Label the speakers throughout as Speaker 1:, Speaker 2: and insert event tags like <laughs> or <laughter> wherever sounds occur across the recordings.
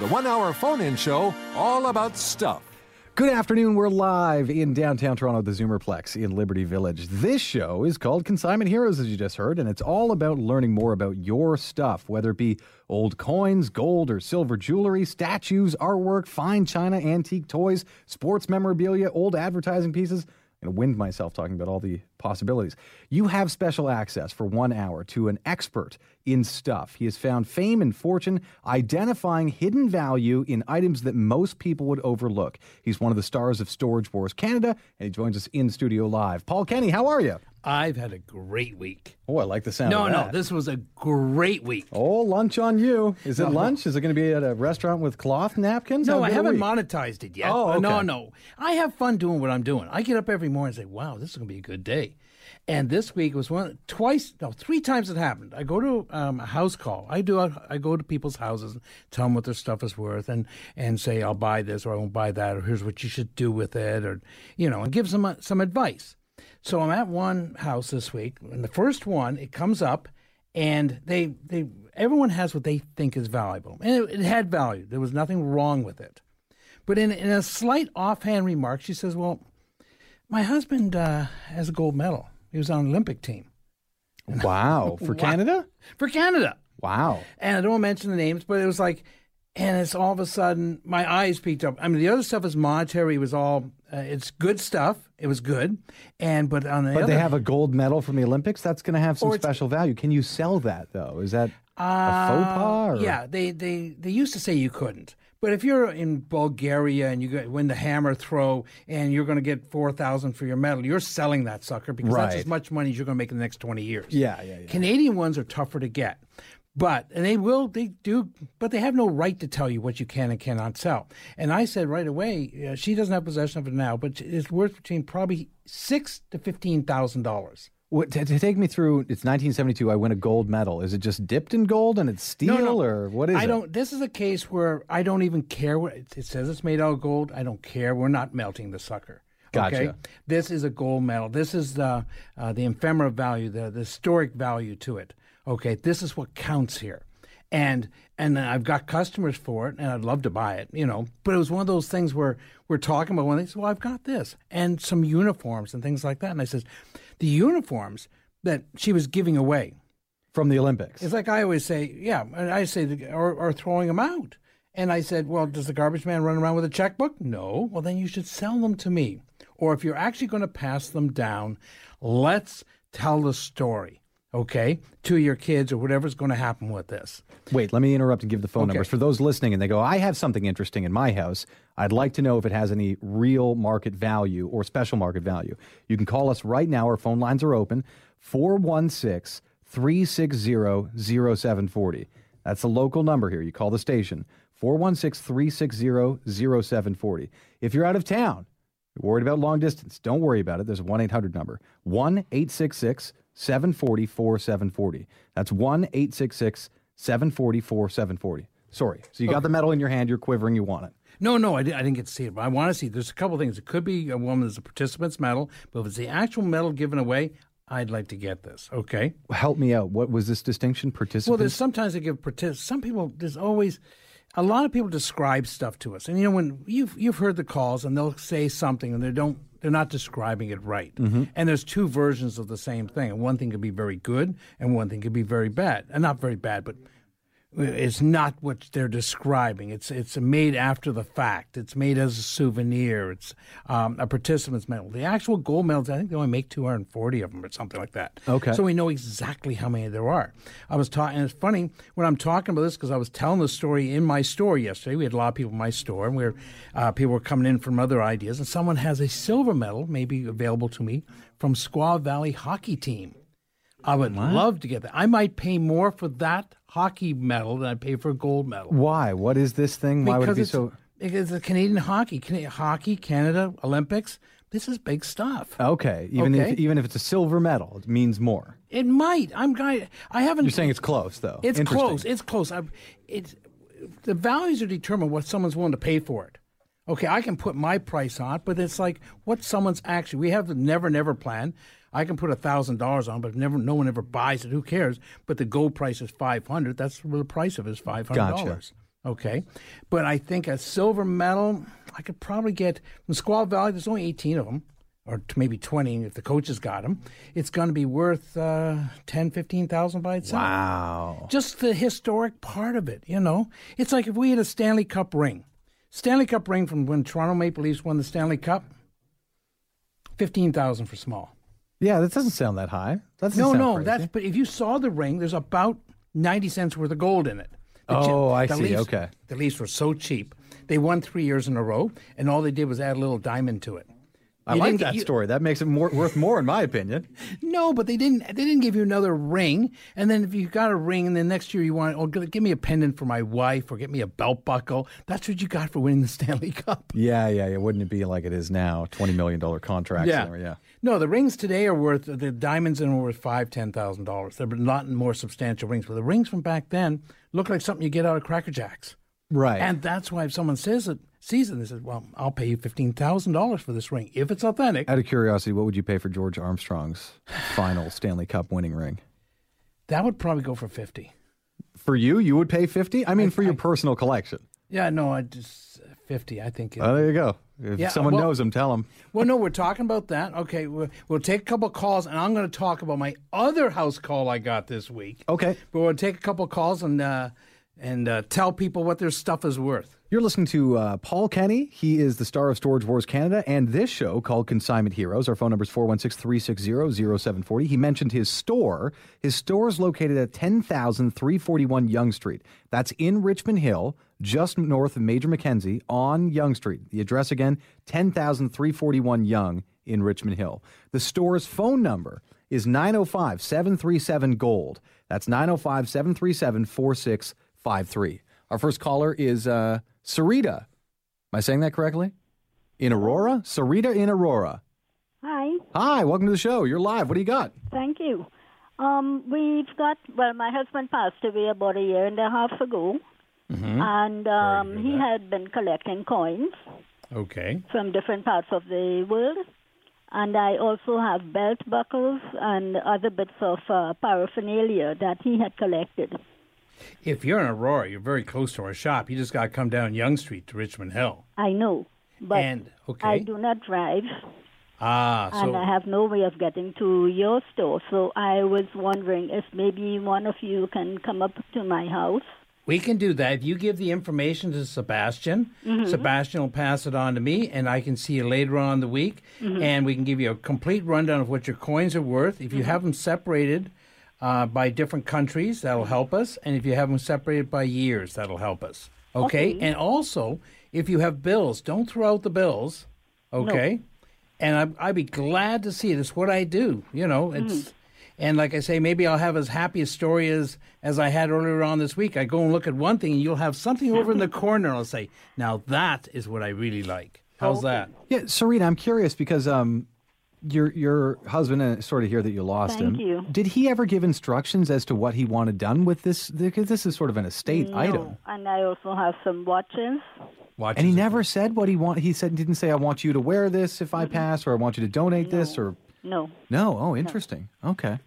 Speaker 1: the one hour phone in show all about stuff.
Speaker 2: Good afternoon. We're live in downtown Toronto, the Zoomerplex in Liberty Village. This show is called Consignment Heroes, as you just heard, and it's all about learning more about your stuff, whether it be old coins, gold or silver jewelry, statues, artwork, fine china, antique toys, sports memorabilia, old advertising pieces. I'm going to wind myself talking about all the possibilities. You have special access for one hour to an expert in stuff. He has found fame and fortune identifying hidden value in items that most people would overlook. He's one of the stars of Storage Wars Canada, and he joins us in studio live. Paul Kenny, how are you?
Speaker 3: I've had a great week.
Speaker 2: Oh, I like the sound.
Speaker 3: No,
Speaker 2: of
Speaker 3: no,
Speaker 2: that.
Speaker 3: this was a great week.
Speaker 2: Oh, lunch on you. Is it lunch? Is it going to be at a restaurant with cloth napkins?
Speaker 3: No,
Speaker 2: Have a
Speaker 3: I
Speaker 2: good
Speaker 3: haven't
Speaker 2: week.
Speaker 3: monetized it yet.
Speaker 2: Oh,
Speaker 3: Uh, No,
Speaker 2: okay.
Speaker 3: no. I have fun doing what I'm doing. I get up every morning and say, wow, this is going to be a good day. And this week was one, twice, no, three times it happened. I go to um, a house call. I do, a, I go to people's houses and tell them what their stuff is worth and, and say, I'll buy this or I won't buy that or here's what you should do with it or, you know, and give them uh, some advice. So I'm at one house this week, and the first one it comes up, and they they everyone has what they think is valuable, and it, it had value. There was nothing wrong with it, but in in a slight offhand remark, she says, "Well, my husband uh, has a gold medal. He was on an Olympic team <laughs>
Speaker 2: Wow, for Canada?
Speaker 3: for Canada."
Speaker 2: Wow.
Speaker 3: and I don't mention the names, but it was like, and it's all of a sudden my eyes peaked up. I mean, the other stuff is monetary. It was all uh, it's good stuff. It was good, and but on the
Speaker 2: But
Speaker 3: other,
Speaker 2: they have a gold medal from the Olympics. That's going to have some
Speaker 3: Or it's-
Speaker 2: special value. Can you sell that though? Is that a faux pas? Or?
Speaker 3: Uh, Yeah, they, they, they used to say you couldn't. But if you're in Bulgaria and you go- win the hammer throw and you're going to get 4000 for your medal, you're selling that sucker because that's as
Speaker 2: Right.
Speaker 3: much money as you're going to make in the next 20 years.
Speaker 2: Yeah, yeah, yeah.
Speaker 3: Canadian ones are tougher to get. But and they will they do but they have no right to tell you what you can and cannot sell. And I said right away, uh, she doesn't have possession of it now, but it's worth between probably six to fifteen thousand dollars.
Speaker 2: What, to, to take me through, it's 1972. I win a gold medal. Is it just dipped in gold and it's steel, or what is
Speaker 3: I
Speaker 2: it?
Speaker 3: don't. This is a case where I don't even care. What, it it says it's made out of gold. I don't care. We're not melting the sucker.
Speaker 2: Gotcha.
Speaker 3: This is a gold medal. This is the uh, the ephemera value, the, the historic value to it. Okay. This is what counts here, and and I've got customers for it, and I'd love to buy it. You know, but it was one of those things where we're talking about one. They said, "Well, I've got this and some uniforms and things like that," and I says, "The uniforms that she was giving away."
Speaker 2: From the Olympics.
Speaker 3: It's like I always say, yeah, and I say, the, or, or throwing them out. And I said, well, does the garbage man run around with a checkbook? No. Well, then you should sell them to me. Or if you're actually going to pass them down, let's tell the story, okay, to your kids or whatever's going to happen with this.
Speaker 2: Wait, let me interrupt and give the phone numbers
Speaker 3: Okay.
Speaker 2: for those listening. And they go, I have something interesting in my house. I'd like to know if it has any real market value or special market value. You can call us right now. Our phone lines are open 416 360 0740. That's the local number here. You call the station 416 360 0740. If you're out of town, you're worried about long distance, don't worry about it. There's a 1 800 number 1 866 740 4740. That's 1 866 740 4740. Sorry. So you got the medal in your hand, you're quivering, you want it.
Speaker 3: No, no, I, di- I didn't get to see it, but I want to see. There's a couple things. It could be a woman as a participant's medal, but if it's the actual medal given away, I'd like to get this, okay?
Speaker 2: Help me out. What was this distinction?
Speaker 3: Well,
Speaker 2: Participant?
Speaker 3: there's sometimes they give partic- some people. There's always a lot of people describe stuff to us, and you know when you've you've heard the calls and they'll say something and they don't they're not describing it right. And there's two versions of the same thing, and one thing could be very good and one thing could be very bad, and not very bad, but it's not what they're describing. It's it's made after the fact. It's made as a souvenir. It's um, a participant's medal. The actual gold medals, I think they only make 240 of them or something like that.
Speaker 2: Okay.
Speaker 3: So we know exactly how many there are. I was talking, and it's funny when I'm talking about this because I was telling the story in my store yesterday. We had a lot of people in my store, and we were, uh, people were coming in from other ideas, and someone has a silver medal, maybe available to me, from Squaw Valley Hockey Team. I would love to get that. I might pay more for that hockey medal than I pay for a gold medal.
Speaker 2: Why? What is this thing? Why would it be
Speaker 3: it's,
Speaker 2: so?
Speaker 3: because it's Canadian hockey, Canadian hockey, Canada, Olympics. This is big stuff.
Speaker 2: Okay, even if
Speaker 3: Okay.
Speaker 2: even if it's a silver medal, it means more.
Speaker 3: It might. I'm guy. I haven't.
Speaker 2: You're saying it's close though.
Speaker 3: It's
Speaker 2: Interesting.
Speaker 3: close. It's close. I, it's the values are determined what someone's willing to pay for it. Okay, I can put my price on, it, but it's like what someone's actually. We have the never never plan. I can put a thousand dollars on, but if never no one ever buys it. Who cares? But the gold price is five hundred. That's where the price of it is five hundred dollars. Okay, but I think a silver medal I could probably get from Squaw Valley. There's only eighteen of them. Or t- maybe twenty if the coaches got them. It's going to be worth uh, ten, fifteen thousand by itself
Speaker 2: Wow.
Speaker 3: just the historic part of it, you know? It's like if we had a Stanley Cup ring. Stanley Cup ring from when Toronto Maple Leafs won the Stanley Cup, 15,000 for small.
Speaker 2: Yeah, that doesn't sound that high. That doesn't
Speaker 3: No,
Speaker 2: sound
Speaker 3: no,
Speaker 2: crazy.
Speaker 3: that's but if you saw the ring, there's about 90 cents worth of gold in it. The
Speaker 2: Oh, I see,
Speaker 3: Leafs-
Speaker 2: okay.
Speaker 3: The Leafs were so cheap. They won 3 years in a row and all they did was add a little diamond to it.
Speaker 2: I
Speaker 3: You
Speaker 2: like
Speaker 3: didn't get-
Speaker 2: that
Speaker 3: you-
Speaker 2: story. That makes it more worth more, in my opinion.
Speaker 3: No, but they didn't. They didn't give you another ring. And then if you got a ring, and then next year you want, oh, g- give me a pendant for my wife, or get me a belt buckle. That's what you got for winning the <laughs> Stanley Cup.
Speaker 2: Yeah, yeah, yeah. Wouldn't it be like it is now? Twenty million dollar contracts. and everything, yeah.
Speaker 3: No, the rings today are worth the diamonds in them are worth five, ten thousand dollars. They're not more substantial rings, but the rings from back then look like something you get out of Cracker Jacks.
Speaker 2: Right.
Speaker 3: And that's why if someone says it, sees it, and says, "Well, I'll pay you fifteen thousand dollars for this ring if it's authentic."
Speaker 2: out of curiosity, what would you pay for George Armstrong's final Stanley Cup winning ring?
Speaker 3: That would probably go for fifty.
Speaker 2: For you, you would pay fifty. I mean, for your personal collection.
Speaker 3: Yeah, no, I just uh, fifty. I think. it-
Speaker 2: Oh, there you go. If
Speaker 3: Yeah,
Speaker 2: someone
Speaker 3: well-
Speaker 2: knows him, tell him.
Speaker 3: Well, no, we're talking about that. Okay, we'll, we'll take a couple calls, and I'm going to talk about my other house call I got this week.
Speaker 2: Okay.
Speaker 3: But we'll take a couple calls and uh, and uh, tell people what their stuff is worth.
Speaker 2: You're listening to uh, Paul Kenny. He is the star of Storage Wars Canada and this show called Consignment Heroes. Our phone number is 416 360 0740. He mentioned his store. His store is located at 10341 Young Street. That's in Richmond Hill, just north of Major Mackenzie on Young Street. The address again 10341 Young in Richmond Hill. The store's phone number is 905 737 Gold. That's 905 737 4653. Our first caller is uh, Sarita. Am I saying that correctly? In Aurora? Sarita in Aurora.
Speaker 4: Hi,
Speaker 2: Hi, welcome to the show. You're live. What do you got?
Speaker 4: thank you. Um, we've got well, my husband passed away about a year and a half ago,
Speaker 3: Mm-hmm.
Speaker 4: and um, he had been collecting coins
Speaker 3: Okay.
Speaker 4: from different parts of the world, and I also have belt buckles and other bits of uh, paraphernalia that he had collected.
Speaker 3: If you're in Aurora, you're very close to our shop. You just got to come down Young Street to Richmond Hill.
Speaker 4: I know, but
Speaker 3: And, okay.
Speaker 4: I do not drive,
Speaker 3: Ah,
Speaker 4: and I
Speaker 3: so
Speaker 4: have no way of getting to your store. So I was wondering if maybe one of you can come up to my house.
Speaker 3: we can do that. If you give the information to Sebastian,
Speaker 4: Mm-hmm.
Speaker 3: Sebastian will pass it on to me, and I can see you later on in the week,
Speaker 4: Mm-hmm.
Speaker 3: and we can give you a complete rundown of what your coins are worth. If you
Speaker 4: Mm-hmm.
Speaker 3: have them separated uh, by different countries, that'll help us, and if you have them separated by years, that'll help us. Okay, and also if you have bills, don't throw out the bills. Okay. And I, I'd be glad to see it. It's what I do, you know.
Speaker 2: Mm-hmm.
Speaker 3: It's and like I say, maybe I'll have as happy a story as as I had earlier on this week. I go and look at one thing, and you'll have something over
Speaker 2: <laughs>
Speaker 3: in the corner. and I'll say, now that is what I really like. How's that?
Speaker 2: Yeah, Sarita, I'm curious because um, your your husband uh, sort of here that you lost
Speaker 4: Thank
Speaker 2: him.
Speaker 4: you.
Speaker 2: Did he ever give instructions as to what he wanted done with this? Because this is sort of an estate item,
Speaker 4: No, and I also have some watches.
Speaker 3: Watch.
Speaker 2: and he never said what he want. He said didn't say I want you to wear this if I pass, or I want you to donate this, or
Speaker 4: No.
Speaker 2: no. Oh, interesting. Okay,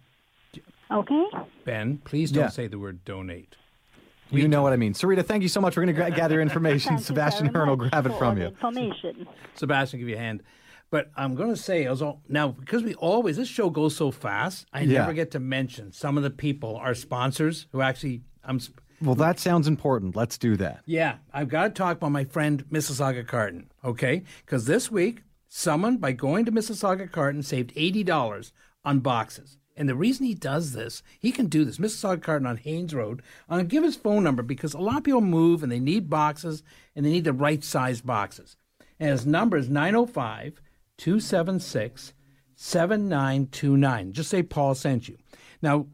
Speaker 4: Okay.
Speaker 3: Ben, please don't
Speaker 2: Yeah.
Speaker 3: say the word donate.
Speaker 2: you know what I mean. Sarita, thank you so much. We're going to
Speaker 3: <laughs>
Speaker 2: gather information.
Speaker 4: Thank you
Speaker 2: Sebastian
Speaker 4: very
Speaker 2: Hearn will
Speaker 4: much
Speaker 2: grab it
Speaker 4: for
Speaker 2: from
Speaker 4: all the
Speaker 2: you.
Speaker 4: Information.
Speaker 3: Sebastian, give you a hand. But I'm going to say, as all, now, because we always, this show goes so fast, I
Speaker 2: Yeah.
Speaker 3: never get to mention some of the people, our sponsors, who actually, I'm, sp-
Speaker 2: Well, that sounds important. Let's do that.
Speaker 3: Yeah, I've got to talk about my friend Mississauga Carton, okay? Because this week, someone by going to Mississauga Carton saved $80 on boxes. And the reason he does this, he can do this, Mississauga Carton on Haynes Road. I'm going to give his phone number because a lot of people move and they need boxes and they need the right size boxes. And his number is 905 276 7929. Just say Paul sent you. Now,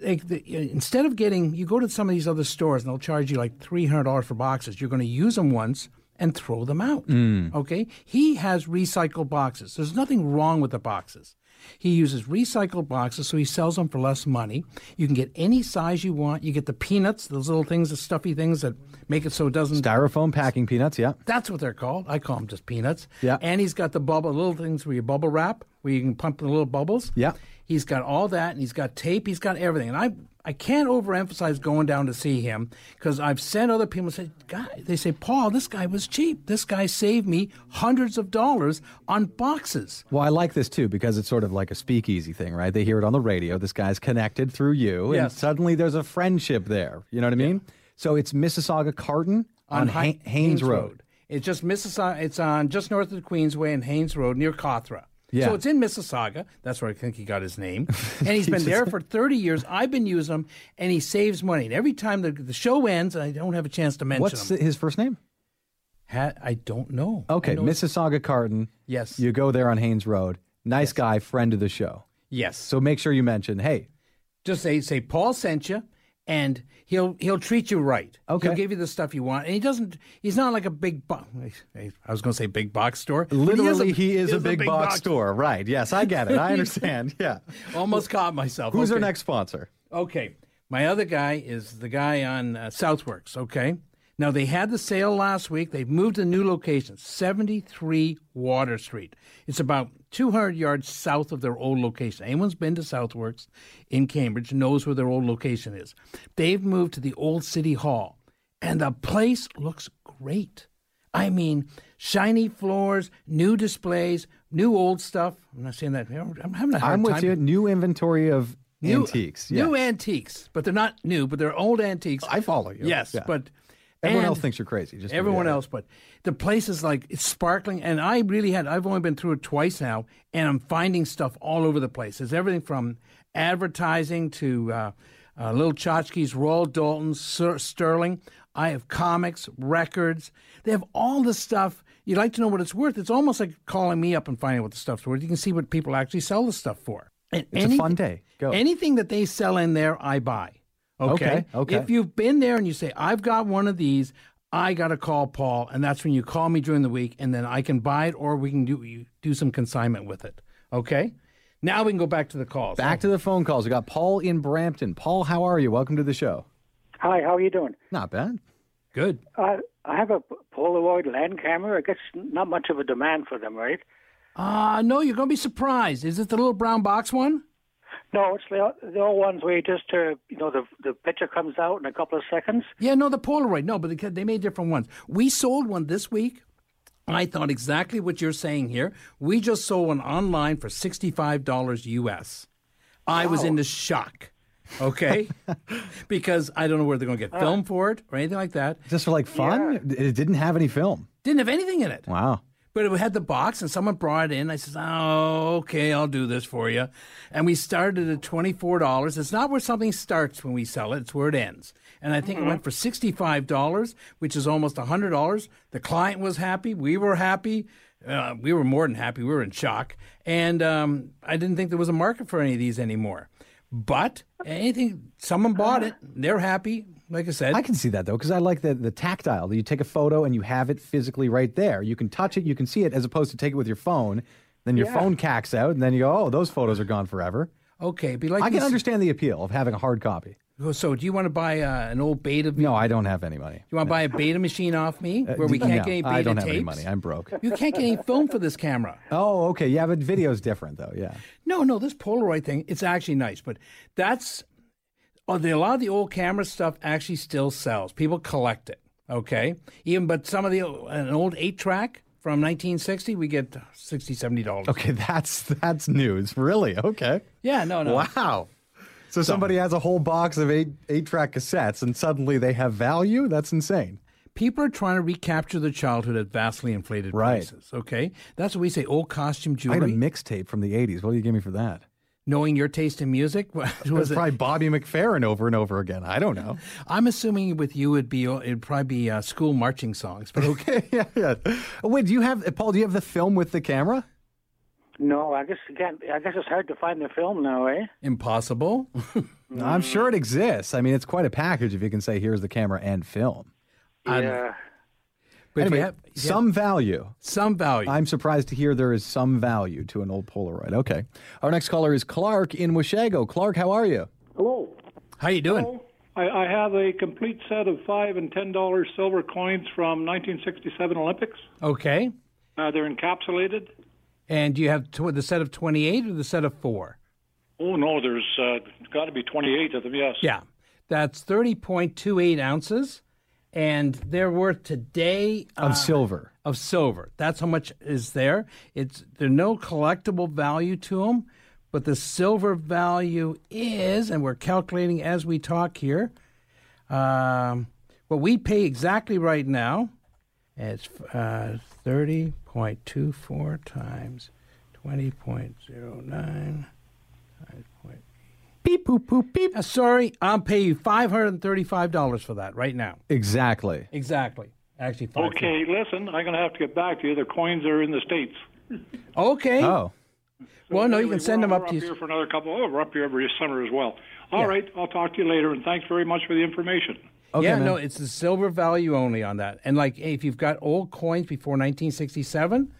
Speaker 3: like the, instead of getting you go to some of these other stores and they'll charge you like $300 for boxes you're going to use them once and throw them out
Speaker 2: Mm-hmm.
Speaker 3: okay he has recycled boxes there's nothing wrong with the boxes he uses recycled boxes so he sells them for less money you can get any size you want you get the peanuts those little things the stuffy things that make it so it doesn't
Speaker 2: Styrofoam packing peanuts. Yeah.
Speaker 3: that's what they're called. I call them just peanuts.
Speaker 2: Yeah.
Speaker 3: And he's got the bubble, little things where you bubble wrap, where you can pump the little bubbles.
Speaker 2: Yeah.
Speaker 3: He's got all that, and he's got tape. He's got everything. And I, I can't overemphasize going down to see him because I've sent other people and say, "Guy," they say, "Paul, this guy was cheap. This guy saved me hundreds of dollars on boxes."
Speaker 2: Well, I like this too because it's sort of like a speakeasy thing, right? They hear it on the radio. This guy's connected through you, and
Speaker 3: Yes.
Speaker 2: suddenly there's a friendship there. You know what I mean? So it's Mississauga Carton on,
Speaker 3: Hy-
Speaker 2: Hay- Haynes Road.
Speaker 3: It's just Mississauga. It's on just north of the Queensway and Haynes Road near Cawthra.
Speaker 2: Yeah.
Speaker 3: So it's in Mississauga. That's where I think he got his
Speaker 2: <laughs>
Speaker 3: name. And he's been there for 30 years. I've been using him, and he saves money. And every time the, the show ends, and I don't have a chance to mention
Speaker 2: What's
Speaker 3: him.
Speaker 2: his first name?
Speaker 3: Ha- I don't know. I
Speaker 2: Okay,
Speaker 3: know-
Speaker 2: Mississauga Carton.
Speaker 3: Yes.
Speaker 2: You go there on Haynes Road. Nice guy, friend of the show.
Speaker 3: Yes.
Speaker 2: So make sure you mention, hey,
Speaker 3: just say say Paul sent you, and he'll he'll treat you right.
Speaker 2: Okay.
Speaker 3: he'll give you the stuff you want, and he doesn't. He's not like a big box. <laughs> I was going to say big box store. but
Speaker 2: literally, he is, a, big, box, store. Right. Yes, I get
Speaker 3: <laughs>
Speaker 2: it. I understand. Yeah.
Speaker 3: Almost caught myself.
Speaker 2: Who's our
Speaker 3: Okay.
Speaker 2: next sponsor?
Speaker 3: Okay. My other guy is the guy on uh, Southworks, okay? Now, they had the sale last week. They've moved to a new location, 73 Water Street. It's about 200 yards south of their old location. Anyone's been to Southworks in Cambridge knows where their old location is. They've moved to the old City Hall, and the place looks great. I mean, shiny floors, new displays, new old stuff. I'm not saying that. I'm having a hard
Speaker 2: I'm with
Speaker 3: time-
Speaker 2: you. New inventory of
Speaker 3: New-
Speaker 2: antiques.
Speaker 3: New
Speaker 2: Yes.
Speaker 3: antiques, but they're not new, but they're old antiques.
Speaker 2: I follow you.
Speaker 3: Yes,
Speaker 2: Yeah.
Speaker 3: but
Speaker 2: Everyone
Speaker 3: and
Speaker 2: else thinks you're crazy. Just to be
Speaker 3: everyone
Speaker 2: honest.
Speaker 3: else, but the place is like it's sparkling. And I really had I've only been through it twice now, and I'm finding stuff all over the place. There's everything from advertising to uh, uh, Little Tchotchkes, Royal Dalton, Sir Sterling. I have comics, records. They have all this stuff. You'd like to know what it's worth. It's almost like calling me up and finding out what the stuff's worth. You can see what people actually sell the stuff for. And
Speaker 2: It's a fun day. Go.
Speaker 3: Anything that they sell in there, I buy. Okay.
Speaker 2: Okay, okay.
Speaker 3: If you've been there and you say, I've got one of these, I got to call Paul. And that's when you call me during the week and then I can buy it or we can do, you do some consignment with it. Okay. Now we can go back to the calls.
Speaker 2: Back to the phone calls. We got Paul in Brampton. Paul, how are you? Welcome to the show.
Speaker 5: Hi, how are you doing?
Speaker 2: Not bad.
Speaker 3: Good.
Speaker 5: Uh, I have a P- Polaroid land camera. I guess not much of a demand for them, right?
Speaker 3: Uh, no, you're going to be surprised. Is it the little brown box one?
Speaker 5: No, it's the the old ones where you just uh, you know the the picture comes out in a couple of seconds.
Speaker 3: Yeah, no, the Polaroid. No, but they, they made different ones. We sold one this week. I thought exactly what you're saying here. We just sold one online for $65 US. I was in the shock. Okay? because I don't know where they're going to get film for it or anything like that.
Speaker 2: Just for like fun? It didn't have any film.
Speaker 3: Didn't have anything in it.
Speaker 2: Wow.
Speaker 3: But it had the box, and someone brought it in. I says, "Oh, okay, I'll do this for you." And we started at twenty four dollars. It's not where something starts when we sell it; it's where it ends. And I
Speaker 2: Mm-hmm.
Speaker 3: think it went for sixty five dollars, which is almost hundred dollars. The client was happy. We were happy. Uh, we were more than happy. We were in shock. And um, I didn't think there was a market for any of these anymore. But anything, someone bought it. They're happy. Like I said,
Speaker 2: I can see that though, because I like the, the tactile. You take a photo and you have it physically right there. You can touch it, you can see it, as opposed to take it with your phone. Then your phone cacks out, and then you go, oh, those photos are gone forever.
Speaker 3: okay, be like
Speaker 2: Uh-huh. I can
Speaker 3: this.
Speaker 2: understand the appeal of having a hard copy.
Speaker 3: So, do you want to buy uh, an old beta?
Speaker 2: No, I don't have any money. Uh,
Speaker 3: You want to buy a beta machine off me where we
Speaker 2: d-
Speaker 3: can't
Speaker 2: no,
Speaker 3: get any beta
Speaker 2: I don't
Speaker 3: tapes?
Speaker 2: have any money. I'm broke.
Speaker 3: you can't get any film for this camera.
Speaker 2: Oh, okay. Yeah, but video's different though.
Speaker 3: <laughs>
Speaker 2: Yeah.
Speaker 3: No, no, this Polaroid thing, it's actually nice, but that's oh, the, a lot of the old camera stuff actually still sells. People collect it, okay? Even but some of the an old 8 track from 1960, we get 60 70 dollars.
Speaker 2: Okay, that's that's news. Really? Okay.
Speaker 3: Yeah, Oh, no, no.
Speaker 2: Wow. So somebody has a whole box of eight eight track cassettes, and suddenly they have value. That's insane.
Speaker 3: people are trying to recapture their childhood at vastly inflated
Speaker 2: Right.
Speaker 3: prices. Okay, that's what we say. Old costume
Speaker 2: I had a
Speaker 3: jewelry.
Speaker 2: mixtape from the '80s. What do you give me for that?
Speaker 3: Knowing your taste in music, <laughs> what
Speaker 2: It was
Speaker 3: was it?
Speaker 2: probably Bobby McFerrin over and over again. I don't know.
Speaker 3: <laughs> I'm assuming with you it'd be it'd probably be uh, school marching
Speaker 2: <laughs>
Speaker 3: songs, but okay.
Speaker 2: yeah, yeah. Oh, Wait, do you have Paul? Do you have the film with the camera?
Speaker 5: No, I guess again, I guess it's hard to find the film now, eh?
Speaker 3: Impossible. <laughs>
Speaker 2: I'm sure it exists. I mean, it's quite a package if you can say here's the camera and film.
Speaker 3: I don't-
Speaker 5: yeah.
Speaker 3: But if you
Speaker 2: Anyway,
Speaker 3: have- if you have
Speaker 2: some value.
Speaker 3: some value.
Speaker 2: I'm surprised to hear there is some value to an old Polaroid. Okay. Our next caller is Clark in Washago. Clark, how are you?
Speaker 6: Hello.
Speaker 3: How you doing?
Speaker 6: I, I have a complete set of five and ten dollar silver coins from 1967 Olympics.
Speaker 3: Okay.
Speaker 6: Uh, they're encapsulated.
Speaker 3: And do you have tw- the set of 28 or the set of four?
Speaker 6: Oh no, there's uh, got to be 28 of them. Yes.
Speaker 3: Yeah. That's 30.28 ounces. And they're worth today uh,
Speaker 2: Of silver.
Speaker 3: of silver. That's how much is there. It's there's no collectible value to them, but the silver value is, and we're calculating as we talk here. Um, what we pay exactly right now, it's uh, thirty point two four times twenty point zero nine. Beep boop boop beep. Uh, sorry, I'll pay you five hundred and thirty-five dollars for that right now.
Speaker 2: Exactly.
Speaker 3: Exactly. Actually, five.
Speaker 6: Okay, listen, I'm going to have to get back to you. The coins are in the states.
Speaker 3: Okay.
Speaker 2: Oh.
Speaker 3: well, no, you
Speaker 6: Anyway,
Speaker 3: can send
Speaker 6: we're-
Speaker 3: them
Speaker 6: we're
Speaker 3: up to you.
Speaker 6: here for another couple. Oh, we're up here every summer as well. All right, I'll talk to you later, and thanks very much for the information.
Speaker 2: Okay,
Speaker 3: yeah,
Speaker 2: man.
Speaker 3: no, it's the silver value only on that. And like, if you've got old coins before 1967,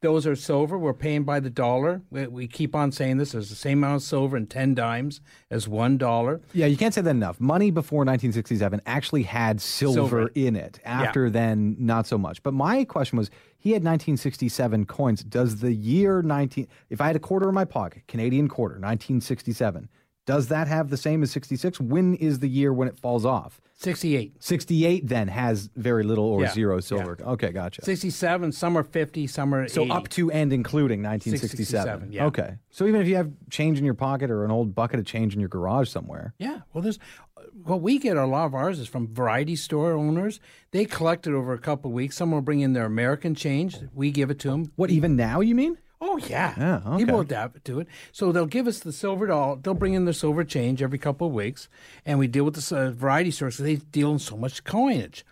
Speaker 3: those are silver. We're paying by the dollar. We, we keep on saying this. There's the same amount of silver and 10 dimes as $1. dollar.
Speaker 2: Yeah, you can't say that enough. Money before 1967 actually had silver,
Speaker 3: Silver.
Speaker 2: in it. After then, not so much. But my question was, he had 1967 coins. Does the year 19? If I had a quarter in my pocket, Canadian quarter, 1967, does that have the same as 66? When is the year when it falls off?
Speaker 3: 68.
Speaker 2: 68 then has very little or
Speaker 3: Yeah,
Speaker 2: zero silver. Okay, gotcha.
Speaker 3: 67, some are 50, some are
Speaker 2: so
Speaker 3: 80.
Speaker 2: up to and including 1967.
Speaker 3: 67, yeah.
Speaker 2: Okay. So even if you have change in your pocket or an old bucket of change in your garage somewhere,
Speaker 3: Yeah. Well, there's uh, what we get. A lot of ours is from variety store owners. They collect it over a couple of weeks. Some will bring in their American change. We give it to them.
Speaker 2: what even now you mean?
Speaker 3: Oh yeah,
Speaker 2: Yeah,
Speaker 3: people
Speaker 2: okay.
Speaker 3: adapt to it. So they'll give us the silver doll. They'll bring in the silver change every couple of weeks, and we deal with this uh, variety source. They deal in so much coinage,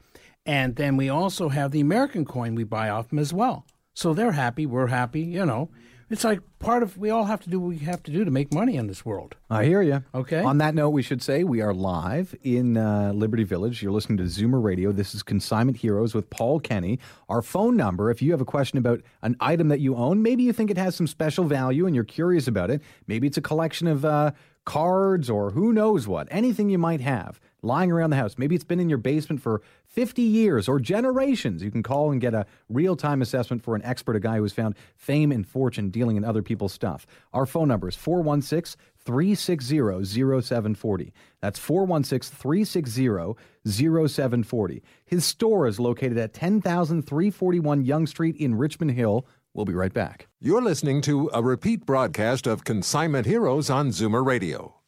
Speaker 3: and then we also have the American coin we buy off them as well. So they're happy, we're happy. You know, it's like part of we all have to do what we have to do to make money in this world.
Speaker 2: I hear you.
Speaker 3: Okay.
Speaker 2: On that note, we should say we are live in uh, Liberty Village. You're listening to Zoomer Radio. This is Consignment Heroes with Paul Kenny. Our phone number, if you have a question about an item that you own, maybe you think it has some special value and you're curious about it. Maybe it's a collection of uh, cards or who knows what, anything you might have lying around the house. Maybe it's been in your basement for 50 years or generations. You can call and get a real time assessment for an expert, a guy who has found fame and fortune dealing in other people's stuff. Our phone number is 416 360 0740. That's 416 360 0740. His store is located at 10341 Young Street in Richmond Hill. We'll be right back.
Speaker 1: You're listening to a repeat broadcast of Consignment Heroes on Zoomer Radio.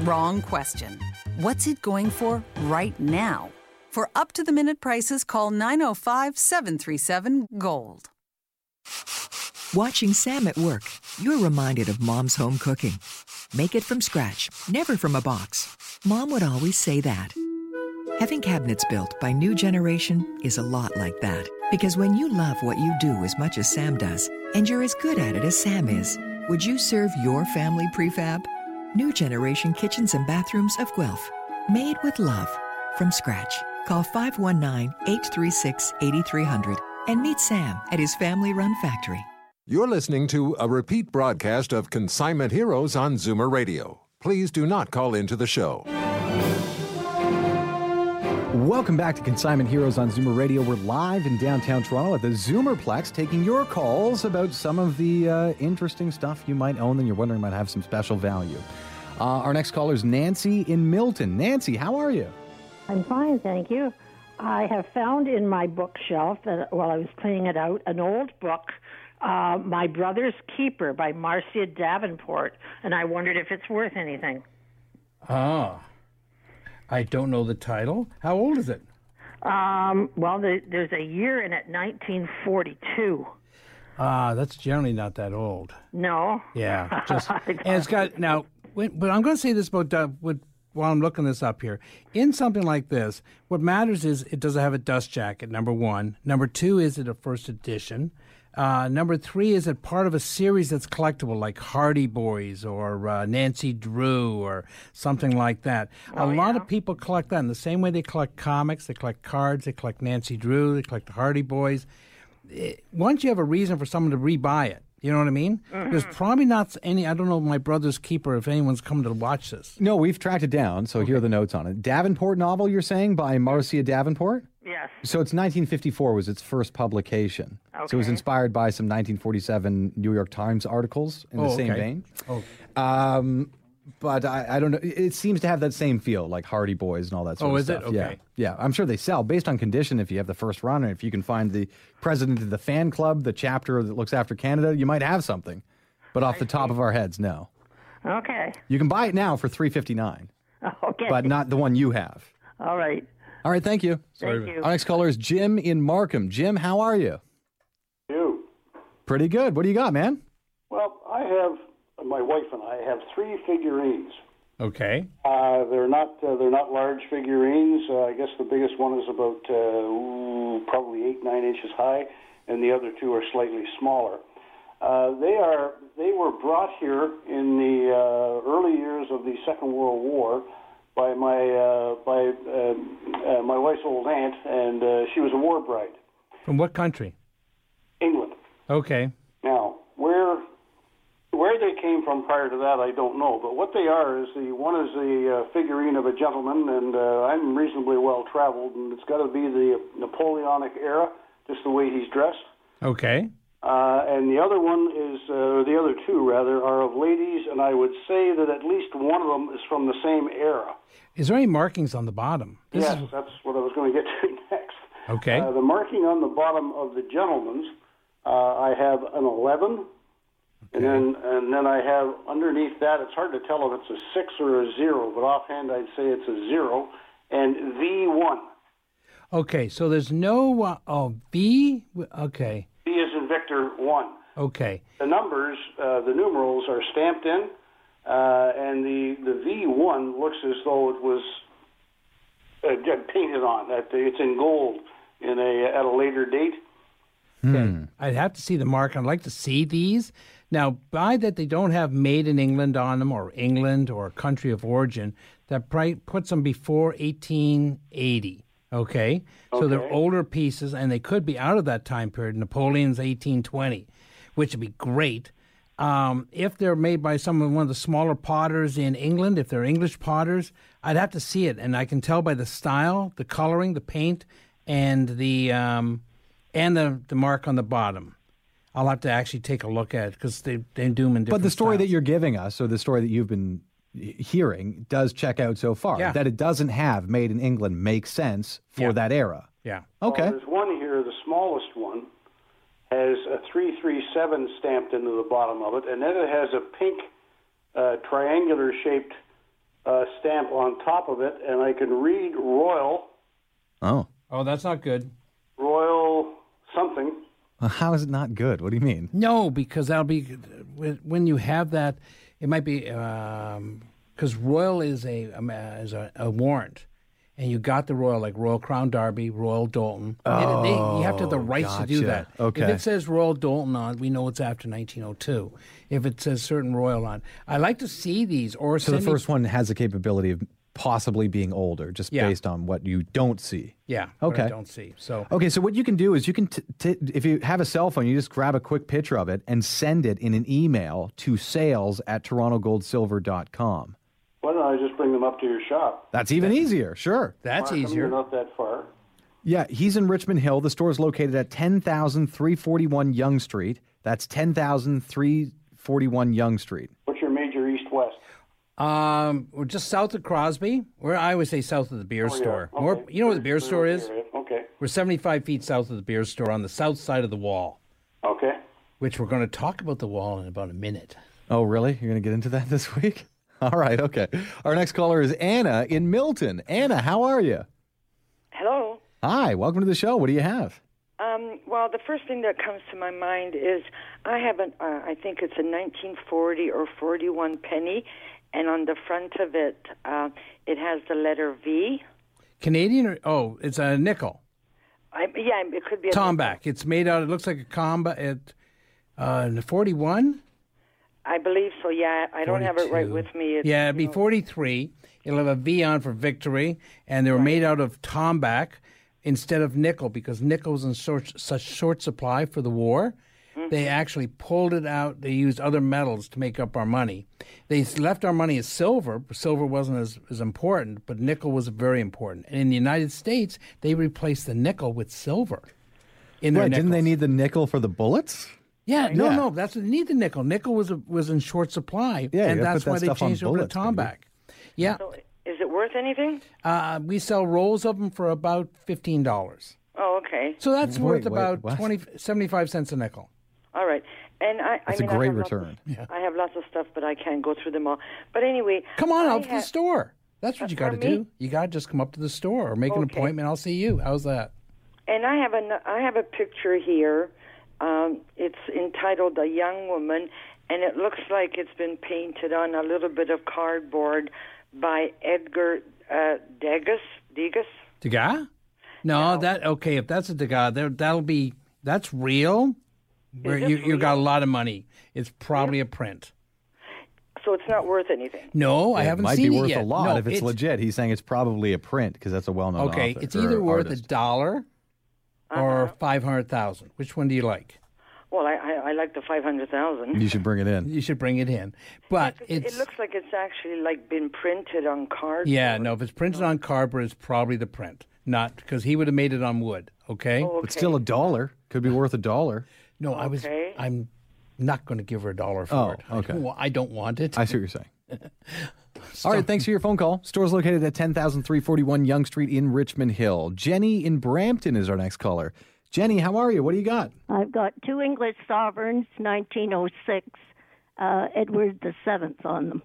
Speaker 7: Wrong question. What's it going for right now? For up to the minute prices, call 905 737 GOLD.
Speaker 8: Watching Sam at work, you're reminded of mom's home cooking. Make it from scratch, never from a box. Mom would always say that. Having cabinets built by new generation is a lot like that. Because when you love what you do as much as Sam does, and you're as good at it as Sam is, would you serve your family prefab? New generation kitchens and bathrooms of Guelph. Made with love. From scratch. Call 519 836 8300 and meet Sam at his family run factory.
Speaker 1: You're listening to a repeat broadcast of Consignment Heroes on Zoomer Radio. Please do not call into the show.
Speaker 2: Welcome back to Consignment Heroes on Zoomer Radio. We're live in downtown Toronto at the Zoomerplex, taking your calls about some of the uh, interesting stuff you might own and you're wondering might have some special value. Uh, our next caller is Nancy in Milton. Nancy, how are you?
Speaker 9: I'm fine, thank you. I have found in my bookshelf that while I was cleaning it out an old book, uh, My Brother's Keeper by Marcia Davenport, and I wondered if it's worth anything.
Speaker 3: Ah, I don't know the title. How old is it?
Speaker 9: Um, well, the, there's a year in it, 1942.
Speaker 3: Ah, that's generally not that old.
Speaker 9: No.
Speaker 3: Yeah, just and it's got now. When, but I'm going to say this about uh, with, while I'm looking this up here. In something like this, what matters is it doesn't have a dust jacket. Number one. Number two is it a first edition. Uh, number three is it part of a series that's collectible, like Hardy Boys or uh, Nancy Drew or something like that. a lot of people collect that in the same way they collect comics, they collect cards, they collect Nancy Drew, they collect the Hardy Boys eh, once you have a reason for someone to rebuy it, you know what I mean?
Speaker 10: Mm-hmm.
Speaker 3: There's probably not any. I don't know my brother's keeper if anyone's come to watch this.
Speaker 2: No, we've tracked it down, so here are the notes on it. Davenport novel, you're saying, by Marcia Davenport?
Speaker 9: Yes.
Speaker 2: So it's 1954 was its first publication. So it was
Speaker 9: Okay.
Speaker 2: inspired by some 1947 New York Times articles in the
Speaker 3: Oh,
Speaker 2: same
Speaker 3: okay.
Speaker 2: vein.
Speaker 3: Oh.
Speaker 2: Um, but I, I don't know. It it seems to have that same feel, like Hardy Boys and all that sort
Speaker 3: Oh,
Speaker 2: of
Speaker 3: is it?
Speaker 2: stuff. Yeah.
Speaker 3: Okay.
Speaker 2: Yeah, I'm sure they sell based on condition. If you have the first run, and if you can find the president of the fan club, the chapter that looks after Canada, you might have something. But off the top of our heads, no.
Speaker 9: Okay.
Speaker 2: You can buy it now for 3.59,
Speaker 9: Okay.
Speaker 2: but not the one you have.
Speaker 9: All right.
Speaker 2: All right, thank you.
Speaker 9: Thank you.
Speaker 2: Our next caller is Jim in Markham. Jim, how are you?
Speaker 10: You.
Speaker 2: Pretty good. What do you got, man?
Speaker 10: Well, I have my wife and I have three figurines.
Speaker 3: Okay.
Speaker 10: Uh, they're not uh, they're not large figurines. Uh, I guess the biggest one is about uh, ooh, probably eight nine inches high, and the other two are slightly smaller. Uh, they are they were brought here in the uh, early years of the Second World War by my uh, by uh, uh, my wife's old aunt, and uh, she was a war bride,
Speaker 3: From what country?
Speaker 10: England.
Speaker 3: Okay.
Speaker 10: Now, where where they came from prior to that, I don't know. But what they are is the one is the uh, figurine of a gentleman, and uh, I'm reasonably well traveled, and it's got to be the Napoleonic era, just the way he's dressed.
Speaker 3: Okay.
Speaker 10: Uh, and the other one is, uh, the other two rather, are of ladies, and I would say that at least one of them is from the same era.
Speaker 3: Is there any markings on the bottom? This
Speaker 10: yes,
Speaker 3: is
Speaker 10: that's what I was going to get to <laughs> next.
Speaker 3: okay.
Speaker 10: Uh, the marking on the bottom of the gentleman's, uh, I have an 11, and then and then I have underneath that. It's hard to tell if it's a six or a zero, but offhand I'd say it's a zero and the one.
Speaker 3: okay. So there's no uh, oh B. Okay.
Speaker 10: V is in Victor one.
Speaker 3: Okay.
Speaker 10: The numbers, uh, the numerals are stamped in, uh, and the the V one looks as though it was uh, painted on. That it's in gold in a at a later date.
Speaker 3: Okay. I'd have to see the mark. I'd like to see these. Now, by that they don't have made in England on them or England or country of origin, that pri- puts them before 1880. Okay? So they're older pieces and they could be out of that time period. Napoleon's 1820, which would be great. Um, if they're made by someone, one of the smaller potters in England, if they're English potters, I'd have to see it. And I can tell by the style, the coloring, the paint, and the. Um, and the, the mark on the bottom. I'll have to actually take a look at it because they, they do them in
Speaker 2: But
Speaker 3: different
Speaker 2: the story
Speaker 3: styles.
Speaker 2: that you're giving us, or the story that you've been he- hearing, does check out so far.
Speaker 3: Yeah.
Speaker 2: That it doesn't have made in England makes sense for
Speaker 3: Yeah.
Speaker 2: that era.
Speaker 3: Yeah.
Speaker 2: Okay.
Speaker 10: Well, Uh, there's one here, the smallest one, has a 337 stamped into the bottom of it, and then it has a pink uh, triangular shaped uh, stamp on top of it, and I can read Royal,
Speaker 2: Oh.
Speaker 3: Oh, that's not good.
Speaker 10: Royal something.
Speaker 2: Well, how is it not good? What do you mean?
Speaker 3: No, because that'll be when when you have that. It might be because royal is a um, uh, is a, a warrant, and you got the royal like Royal Crown Derby, Royal Dalton. Oh, you have to have the rights to do
Speaker 2: gotcha.
Speaker 3: that. If
Speaker 2: Okay.
Speaker 3: it says Royal Dalton on, it, we know it's after 1902. If it says certain royal on, it. I like to see these or
Speaker 2: So the
Speaker 3: send me-
Speaker 2: first one has the capability of possibly being older, just
Speaker 3: Yeah.
Speaker 2: based on what you don't see.
Speaker 3: yeah. what I
Speaker 2: Okay.
Speaker 3: don't see so.
Speaker 2: Okay, so what you can do is you can, t- t- if you have a cell phone, you just grab a quick picture of it and send it in an email to sales at torontogoldsilver.com.
Speaker 10: What why don't I just bring them up to your shop?
Speaker 2: That's even easier. Sure.
Speaker 10: Mark 'em, They're not that far.
Speaker 2: Yeah, he's in Richmond Hill. The store is located at 10,341 Young Street. That's 10,341 Young Street.
Speaker 10: What's your major east-west?
Speaker 3: Um, we're just south of Crosby. Where I always say south of the beer
Speaker 10: Oh,
Speaker 3: store. More, you know where the beer store is?
Speaker 10: Okay.
Speaker 3: We're 75 feet south of the beer store on the south side of the wall.
Speaker 10: Okay.
Speaker 3: Which we're going to talk about the wall in about a minute.
Speaker 2: Oh, really? You're going to get into that <laughs> this week? All right, okay. Our next caller is Anna in Milton. Anna, how are you?
Speaker 11: Hello.
Speaker 2: Hi, welcome to the show. What do you have?
Speaker 11: Um, well, the first thing that comes to my mind is I have an, uh, I think it's a 1940 or 41 penny, and on the front of it, uh, it has the letter V.
Speaker 3: Canadian or oh, it's a nickel.
Speaker 11: I, yeah, it could be a
Speaker 3: Tomback. It's made out. It looks like a comba at uh, 41.
Speaker 11: I believe so. Yeah, I don't have it right with me. It's,
Speaker 3: yeah, it'd be 43. It'll have a V on for victory, and they were made out of tomback instead of nickel because nickel was in such, such short supply for the war. They actually pulled it out. They used other metals to make up our money. They s- left our money as silver. but Silver wasn't as, as important, but nickel was very important. And in the United States, they replaced the nickel with silver. In their
Speaker 2: Right, didn't they need the nickel for the bullets?
Speaker 3: Yeah, no,
Speaker 2: Yeah.
Speaker 3: no, that's what you need the nickel. Nickel was a, was in short supply,
Speaker 2: Yeah, you
Speaker 3: and
Speaker 2: gotta put
Speaker 3: that's
Speaker 2: that
Speaker 3: why they
Speaker 2: stuff on
Speaker 3: changed over to
Speaker 2: bullets, baby.
Speaker 3: Tomback. Yeah,
Speaker 11: Is it worth anything?
Speaker 3: uh, we sell rolls of them for about fifteen dollars,
Speaker 11: Oh, okay.
Speaker 3: so that's worth
Speaker 11: wait,
Speaker 3: about
Speaker 11: what?
Speaker 3: twenty seventy five cents a nickel.
Speaker 11: All right, and I.
Speaker 3: That's
Speaker 11: I
Speaker 3: a
Speaker 11: mean,
Speaker 3: great
Speaker 11: I have lots of-
Speaker 3: return. Yeah.
Speaker 11: I have lots of stuff, but I can't go through them all. But anyway,
Speaker 3: Come on
Speaker 11: I
Speaker 3: out to the
Speaker 11: have-
Speaker 3: store. That's what you got to
Speaker 11: Pardon me?
Speaker 3: do. You got to just come up to the store or make an
Speaker 11: Okay.
Speaker 3: appointment. I'll see you. How's that?
Speaker 11: And I have a I have a picture here. Um, it's entitled "A Young Woman," and it looks like it's been painted on a little bit of cardboard by Edgar uh, Degas. Degas.
Speaker 3: Degas? No, that okay. If that's a Degas, there that'll be that's real. Where
Speaker 11: it
Speaker 3: you you got a lot of money. It's probably a print.
Speaker 11: So it's not worth anything.
Speaker 3: No, I
Speaker 2: It
Speaker 3: haven't
Speaker 2: might
Speaker 3: seen
Speaker 2: be
Speaker 3: it
Speaker 2: worth
Speaker 3: yet.
Speaker 2: a lot
Speaker 3: No,
Speaker 2: if it's,
Speaker 3: it's-
Speaker 2: legit. He's saying it's probably a print because that's a well-known
Speaker 3: okay,
Speaker 2: author
Speaker 3: it's
Speaker 2: or
Speaker 3: either worth
Speaker 2: artist.
Speaker 3: a dollar
Speaker 11: Uh-huh.
Speaker 3: or five hundred thousand. Which one do you like?
Speaker 11: Well, I I, I like the five hundred thousand.
Speaker 2: You should bring it in.
Speaker 3: You should bring it in. But
Speaker 11: It
Speaker 3: it's
Speaker 11: looks like it's actually like been printed on cardboard.
Speaker 3: yeah, no. If it's printed on cardboard, it's probably the print, not because he would have made it on wood. Okay,
Speaker 11: Oh,
Speaker 2: It's still a dollar. Could be worth a dollar.
Speaker 3: No, I was. I'm not going to give her a dollar for
Speaker 2: Oh,
Speaker 3: it.
Speaker 2: okay.
Speaker 3: Well, I don't want it.
Speaker 2: I see what you're
Speaker 3: <laughs>
Speaker 2: saying. All right, thanks for your phone call. Store's located at 10,341 Young Street in Richmond Hill. Jenny in Brampton is our next caller. Jenny, how are you? What do you got?
Speaker 12: I've got two English sovereigns, 1906, uh, Edward the Seventh on them.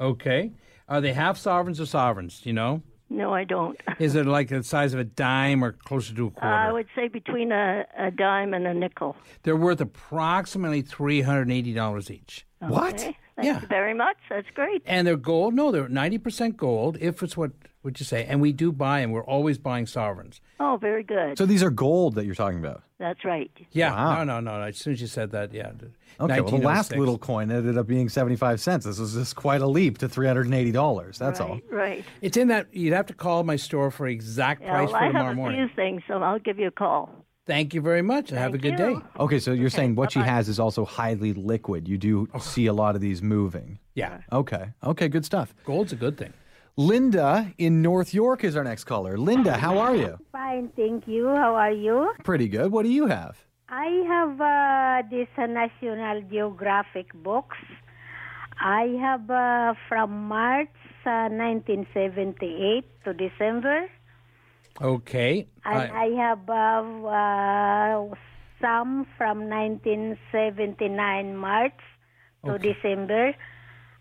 Speaker 3: Okay. Are they half sovereigns or sovereigns? Do you know?
Speaker 12: No, I don't.
Speaker 3: Is it like the size of a dime or closer to a quarter?
Speaker 12: I would say between a, a dime and a nickel.
Speaker 3: They're worth approximately three hundred eighty dollars each.
Speaker 12: Okay. Thank you very much. That's great.
Speaker 3: And they're gold. No, they're ninety percent gold. If it's what would you say? And we do buy them. We're always buying sovereigns.
Speaker 12: Oh, very good.
Speaker 2: So these are gold that you're talking about.
Speaker 12: That's right.
Speaker 3: Yeah. No, no, no, no. As soon as you said that, yeah.
Speaker 2: Okay, well, the last
Speaker 3: 1906.
Speaker 2: little coin ended up being 75 cents. This was just quite a leap to $380. That's all.
Speaker 12: Right.
Speaker 3: It's in that you'd have to call my store for exact
Speaker 12: Yeah,
Speaker 3: price
Speaker 12: well, I
Speaker 3: for tomorrow
Speaker 12: have a
Speaker 3: morning.
Speaker 12: few things, so I'll give you a call.
Speaker 3: Thank you very much. and have a good day.
Speaker 2: Okay, so you're saying what she has is also highly liquid. You do see a lot of these moving.
Speaker 3: Yeah.
Speaker 2: Okay. Okay, good stuff.
Speaker 3: Gold's a good thing.
Speaker 2: Linda in North York is our next caller. Linda, how are you?
Speaker 13: Fine, thank you. How are you?
Speaker 2: Pretty good. What do you have?
Speaker 13: I have uh, this uh, National Geographic books. I have uh, from March uh, 1978 to December,
Speaker 3: Okay.
Speaker 13: and I, have uh, uh, some from 1979 March to December.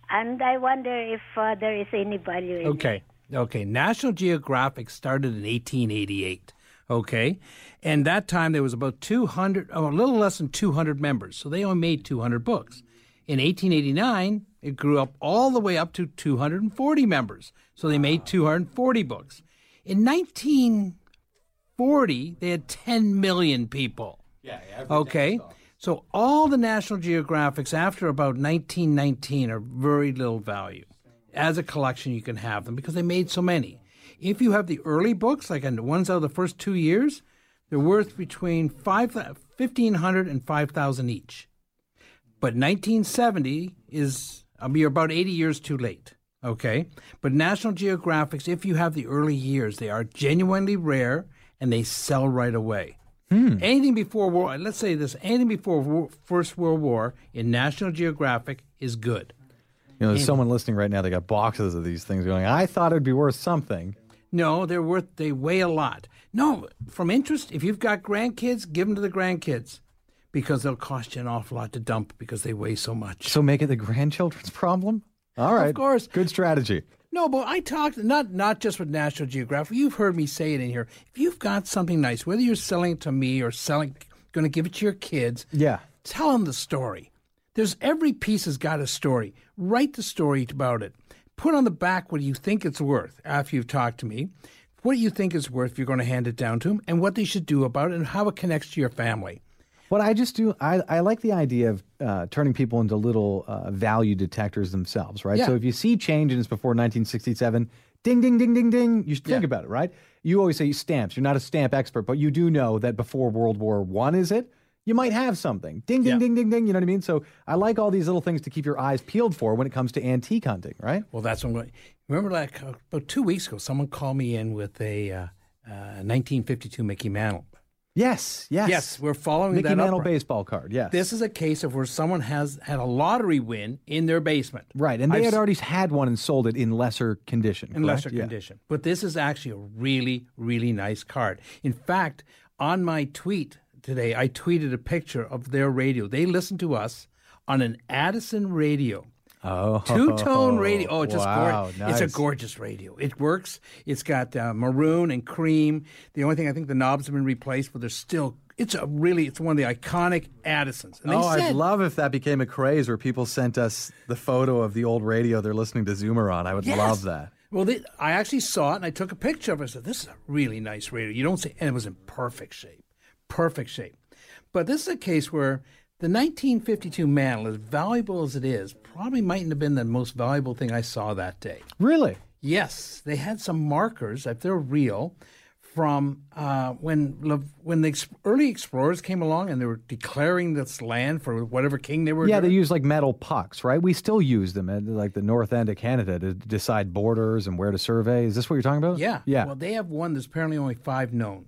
Speaker 13: And I wonder if uh, there is any value in it.
Speaker 3: Okay. Okay. National Geographic started in 1888. Okay. And that time there was about 200, oh, a little less than 200 members. So they only made 200 books. In 1889, it grew up all the way up to 240 members. So they made 240 books. In 1940, they had 10 million people.
Speaker 2: Yeah,
Speaker 3: Okay. So all the National Geographics after about 1919 are very little value. As a collection, you can have them because they made so many. If you have the early books, like the ones out of the first two years, they're worth between five, 1,500 and 5,000 each. But 1970 is, I mean, you're about 80 years too late. Okay. But National Geographics, if you have the early years, they are genuinely rare and they sell right away. Anything before war, let's say this, anything before war, First World War in National Geographic is good.
Speaker 2: You know, there's someone listening right now. They got boxes of these things going. I thought it'd be worth something.
Speaker 3: No, they're worth, they weigh a lot. No, from interest, if you've got grandkids, give them to the grandkids because they'll cost you an awful lot to dump because they weigh so much.
Speaker 2: So make it the grandchildren's problem. All right, of course, good strategy.
Speaker 3: No, but I talked not not just with National Geographic. You've heard me say it in here. If you've got something nice, whether you're selling it to me or selling, going to give it to your kids,
Speaker 2: yeah,
Speaker 3: tell them the story. There's every piece has got a story. Write the story about it. Put on the back what you think it's worth after you've talked to me. What you think it's worth if you're going to hand it down to them, and what they should do about it, and how it connects to your family.
Speaker 2: What I just do, I, I like the idea of uh, turning people into little uh, value detectors themselves, right?
Speaker 3: Yeah.
Speaker 2: So if you see change and it's before 1967, ding, ding, ding, ding, ding, you should think about it, right? You always say stamps. You're not a stamp expert, but you do know that before World War One, is it? You might have something. Ding, ding, ding, ding, ding. You know what I mean? So I like all these little things to keep your eyes peeled for when it comes to antique hunting, right?
Speaker 3: Well, that's what I'm going. Remember, like uh, about two weeks ago, someone called me in with a uh, uh, 1952 Mickey Mantle.
Speaker 2: Yes, yes.
Speaker 3: Yes, we're following
Speaker 2: Mickey
Speaker 3: that up,
Speaker 2: Mantle
Speaker 3: right?
Speaker 2: baseball card. Yes.
Speaker 3: This is a case of where someone has had a lottery win in their basement.
Speaker 2: Right, and they
Speaker 3: I've
Speaker 2: had
Speaker 3: s-
Speaker 2: already had one and sold it in lesser condition.
Speaker 3: in lesser
Speaker 2: correct? Yeah.
Speaker 3: condition. But this is actually a really, really nice card. In fact, on my tweet today, I tweeted a picture of their radio. They listen to us on an Addison radio.
Speaker 2: Oh,
Speaker 3: Two tone radio. Oh, it's just
Speaker 2: wow,
Speaker 3: gorgeous.
Speaker 2: Nice.
Speaker 3: It's a gorgeous radio. It works. It's got uh, maroon and cream. The only thing I think the knobs have been replaced, but they're still. It's a really. It's one of the iconic Addisons. And they
Speaker 2: Oh, I'd
Speaker 3: said-
Speaker 2: love if that became a craze where people sent us the photo of the old radio they're listening to Zoomer on. I would
Speaker 3: Yes.
Speaker 2: love that.
Speaker 3: Well, they, I actually saw it and I took a picture of it. I said, "This is a really nice radio." You don't see, and it was in perfect shape, perfect shape. But this is a case where the 1952 mantle, as valuable as it is, probably mightn't have been the most valuable thing I saw that day.
Speaker 2: Really?
Speaker 3: Yes, they had some markers, if they're real, from uh, when Lev- when the ex- early explorers came along and they were declaring this land for whatever king they were.
Speaker 2: yeah,
Speaker 3: doing.
Speaker 2: they use like metal pucks, right? We still use them at like the north end of Canada to decide borders and where to survey. Is this what you're talking about?
Speaker 3: Yeah.
Speaker 2: Yeah.
Speaker 3: Well, they have one. There's apparently only five known,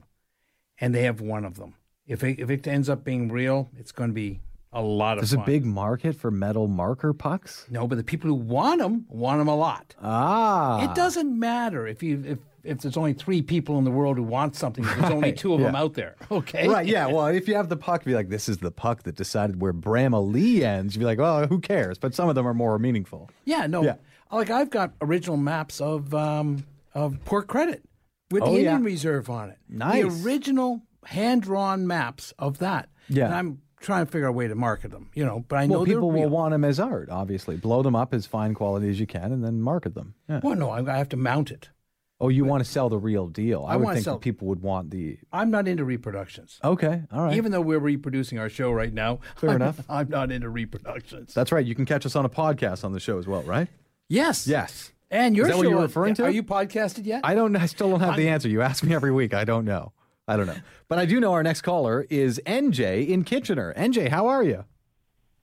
Speaker 3: and they have one of them. If it, if it ends up being real, it's going to be a lot of
Speaker 2: There's a
Speaker 3: fun.
Speaker 2: big market for metal marker pucks.
Speaker 3: no, but the people who want them want them a lot.
Speaker 2: Ah.
Speaker 3: It doesn't matter if you if if there's only three people in the world who want something. There's only
Speaker 2: Right,
Speaker 3: two of them
Speaker 2: yeah.
Speaker 3: out there. Okay.
Speaker 2: Right, yeah. Well, if you have the puck, be like, this is the puck that decided where Bramah Lee ends. You'd be like, oh, who cares? But some of them are more meaningful.
Speaker 3: Yeah. No.
Speaker 2: Yeah.
Speaker 3: Like I've got original maps of um of Port Credit with
Speaker 2: Oh,
Speaker 3: the
Speaker 2: yeah.
Speaker 3: Indian Reserve on it.
Speaker 2: Nice.
Speaker 3: The original hand drawn maps of that.
Speaker 2: Yeah.
Speaker 3: And I'm trying to figure out a way to market them. You know, but I know
Speaker 2: well,
Speaker 3: they're
Speaker 2: people
Speaker 3: real.
Speaker 2: will want them as art, obviously. Blow them up as fine quality as you can and then market them. Yeah.
Speaker 3: Well, no, I, I have to mount it.
Speaker 2: Oh, you want to sell the real deal. I,
Speaker 3: I
Speaker 2: would
Speaker 3: wanna
Speaker 2: think
Speaker 3: sell-
Speaker 2: that people would want the.
Speaker 3: I'm not into reproductions.
Speaker 2: Okay, all right.
Speaker 3: Even though we're reproducing our show right now,
Speaker 2: Fair
Speaker 3: I'm,
Speaker 2: enough.
Speaker 3: <laughs> I'm not into reproductions.
Speaker 2: That's right. You can catch us on a podcast on the show as well, right?
Speaker 3: Yes.
Speaker 2: Yes.
Speaker 3: And your
Speaker 2: Is that
Speaker 3: show,
Speaker 2: what you're referring to?
Speaker 3: Are you podcasted yet?
Speaker 2: I don't. know. I still don't have the answer. You ask me every week. I don't know. I don't know. But I do know our next caller is NJ in Kitchener. NJ, how are you?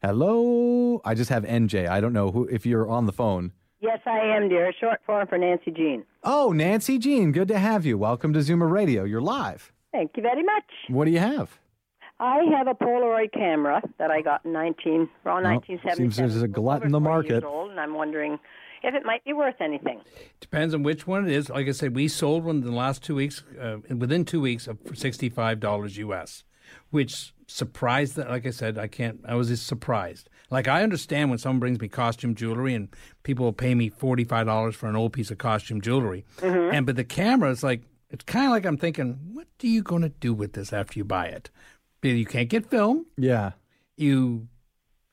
Speaker 2: Hello. I just have NJ. I don't know who. If you're on the phone.
Speaker 14: Yes, I am, dear. Short form for Nancy Jean.
Speaker 2: Oh, Nancy Jean, good to have you. Welcome to Zoomer Radio. You're live.
Speaker 14: Thank you very much.
Speaker 2: What do you have?
Speaker 14: I have a Polaroid camera that I got in 19, around
Speaker 2: Well,
Speaker 14: 1977.
Speaker 2: seems there's a glut in the
Speaker 14: years
Speaker 2: market.
Speaker 14: old, and I'm wondering if it might be worth anything.
Speaker 3: Depends on which one it is. Like I said, we sold one in the last two weeks, uh, within two weeks, of for sixty-five dollars US, which surprised. That, like I said, I can't. I was just surprised. Like I understand when someone brings me costume jewelry and people will pay me forty-five dollars for an old piece of costume jewelry,
Speaker 2: Mm-hmm.
Speaker 3: and but the camera is like it's kind of like I'm thinking, what are you going to do with this after you buy it? You can't get film.
Speaker 2: Yeah.
Speaker 3: You.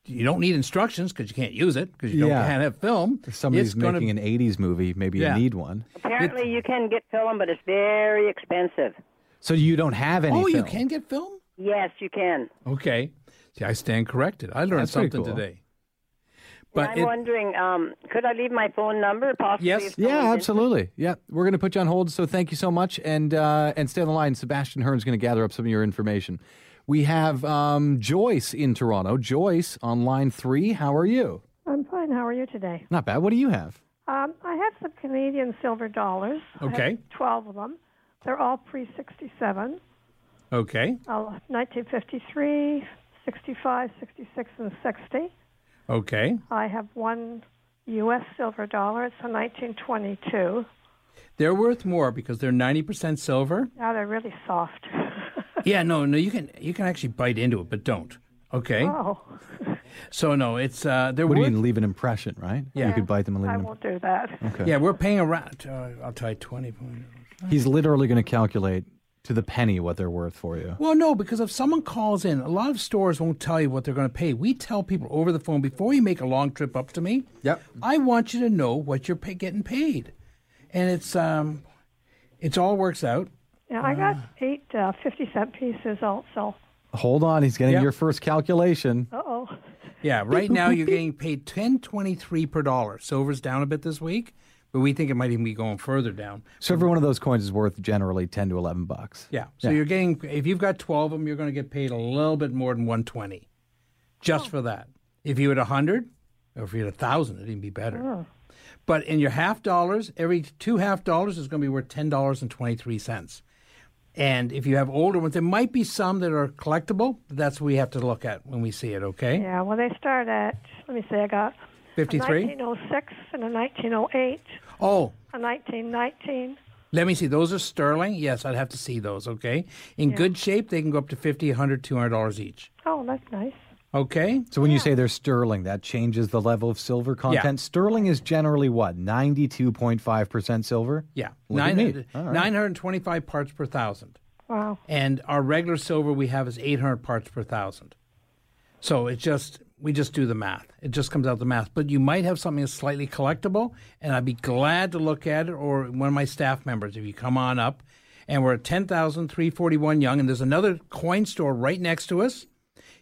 Speaker 3: You don't need instructions because you can't use it because you
Speaker 2: Yeah.
Speaker 3: don't can't have film.
Speaker 2: If somebody's
Speaker 3: It's gonna-
Speaker 2: making an 80s movie, maybe
Speaker 3: Yeah.
Speaker 2: you need one.
Speaker 14: Apparently, you can get film, but it's very expensive.
Speaker 2: So you don't have any.
Speaker 3: Oh, you
Speaker 2: film.
Speaker 3: can get film.
Speaker 14: Yes, you can.
Speaker 3: Okay. See, I stand corrected. I learned
Speaker 2: That's pretty
Speaker 3: something
Speaker 2: cool.
Speaker 3: today.
Speaker 14: And
Speaker 3: But
Speaker 14: I'm
Speaker 3: it,
Speaker 14: wondering, um, could I leave my phone number possibly? if someone's
Speaker 2: Yeah,
Speaker 14: in-
Speaker 2: absolutely. Yeah, we're going to put you on hold. So thank you so much, and uh, and stay on the line. Sebastian Hearn's going to gather up some of your information. We have um, Joyce in Toronto. Joyce on line three. How are you?
Speaker 15: I'm fine. How are you today?
Speaker 2: Not bad. What do you have?
Speaker 15: Um, I have some Canadian silver dollars. I have
Speaker 3: Okay.
Speaker 15: 12 of them. They're all pre 67,
Speaker 3: Okay.
Speaker 15: uh, 1953, 65, 66, and 60.
Speaker 3: Okay.
Speaker 15: I have one U.S. silver dollar. It's a 1922.
Speaker 3: They're worth more because they're 90% silver.
Speaker 15: Now they're really soft.
Speaker 3: Yeah, no, no, you can you can actually bite into it, but don't. Okay.
Speaker 15: Oh, <laughs>
Speaker 3: So no, it's uh they're
Speaker 2: What do you
Speaker 3: worth-
Speaker 2: mean, leave an impression, right?
Speaker 3: Yeah.
Speaker 2: You could bite them and leave
Speaker 15: I
Speaker 2: an
Speaker 15: won't do that.
Speaker 2: Okay.
Speaker 3: Yeah, we're paying around uh, I'll tell you 20 point.
Speaker 2: He's literally going to calculate to the penny what they're worth for you.
Speaker 3: Well, no, because if someone calls in, a lot of stores won't tell you what they're going to pay. We tell people over the phone before you make a long trip up to me. Yep. I want you to know what you're pay- getting paid, and it's um, it's all works out.
Speaker 15: Yeah, I got eight uh, 50 cent pieces also.
Speaker 2: Hold on, he's getting your first calculation.
Speaker 15: Uh oh.
Speaker 3: Yeah, right now you're getting paid ten twenty three per dollar. Silver's down a bit this week, but we think it might even be going further down.
Speaker 2: So every one of those coins is worth generally 10 to 11 bucks.
Speaker 3: Yeah. So you're getting if you've got 12 of them, you're going to get paid a little bit more than 120 just for that. If you had 100 or if you had 1000, it'd even be better. But in your half dollars, every two half dollars is going to be worth $10.23. And if you have older ones, there might be some that are collectible, but that's what we have to look at when we see it, okay?
Speaker 15: Yeah, well, they start at, let me see, I got a
Speaker 3: 53?
Speaker 15: 1906 and a 1908,
Speaker 3: Oh,
Speaker 15: a 1919.
Speaker 3: Let me see. Those are sterling. Yes, I'd have to see those. Okay. In
Speaker 15: Yeah.
Speaker 3: good shape, they can go up to fifty, hundred, two hundred dollars each.
Speaker 15: Oh, that's nice.
Speaker 3: Okay.
Speaker 2: So when you say they're sterling, that changes the level of silver content. Sterling is generally what? 92.5% silver?
Speaker 3: Yeah.
Speaker 2: Look at me. All right.
Speaker 3: 925 parts per thousand.
Speaker 15: Wow.
Speaker 3: And our regular silver we have is 800 parts per thousand. So it just, we just do the math. It just comes out the math. But you might have something that's slightly collectible, and I'd be glad to look at it, or one of my staff members, if you come on up. And we're at 10,341 young, and there's another coin store right next to us.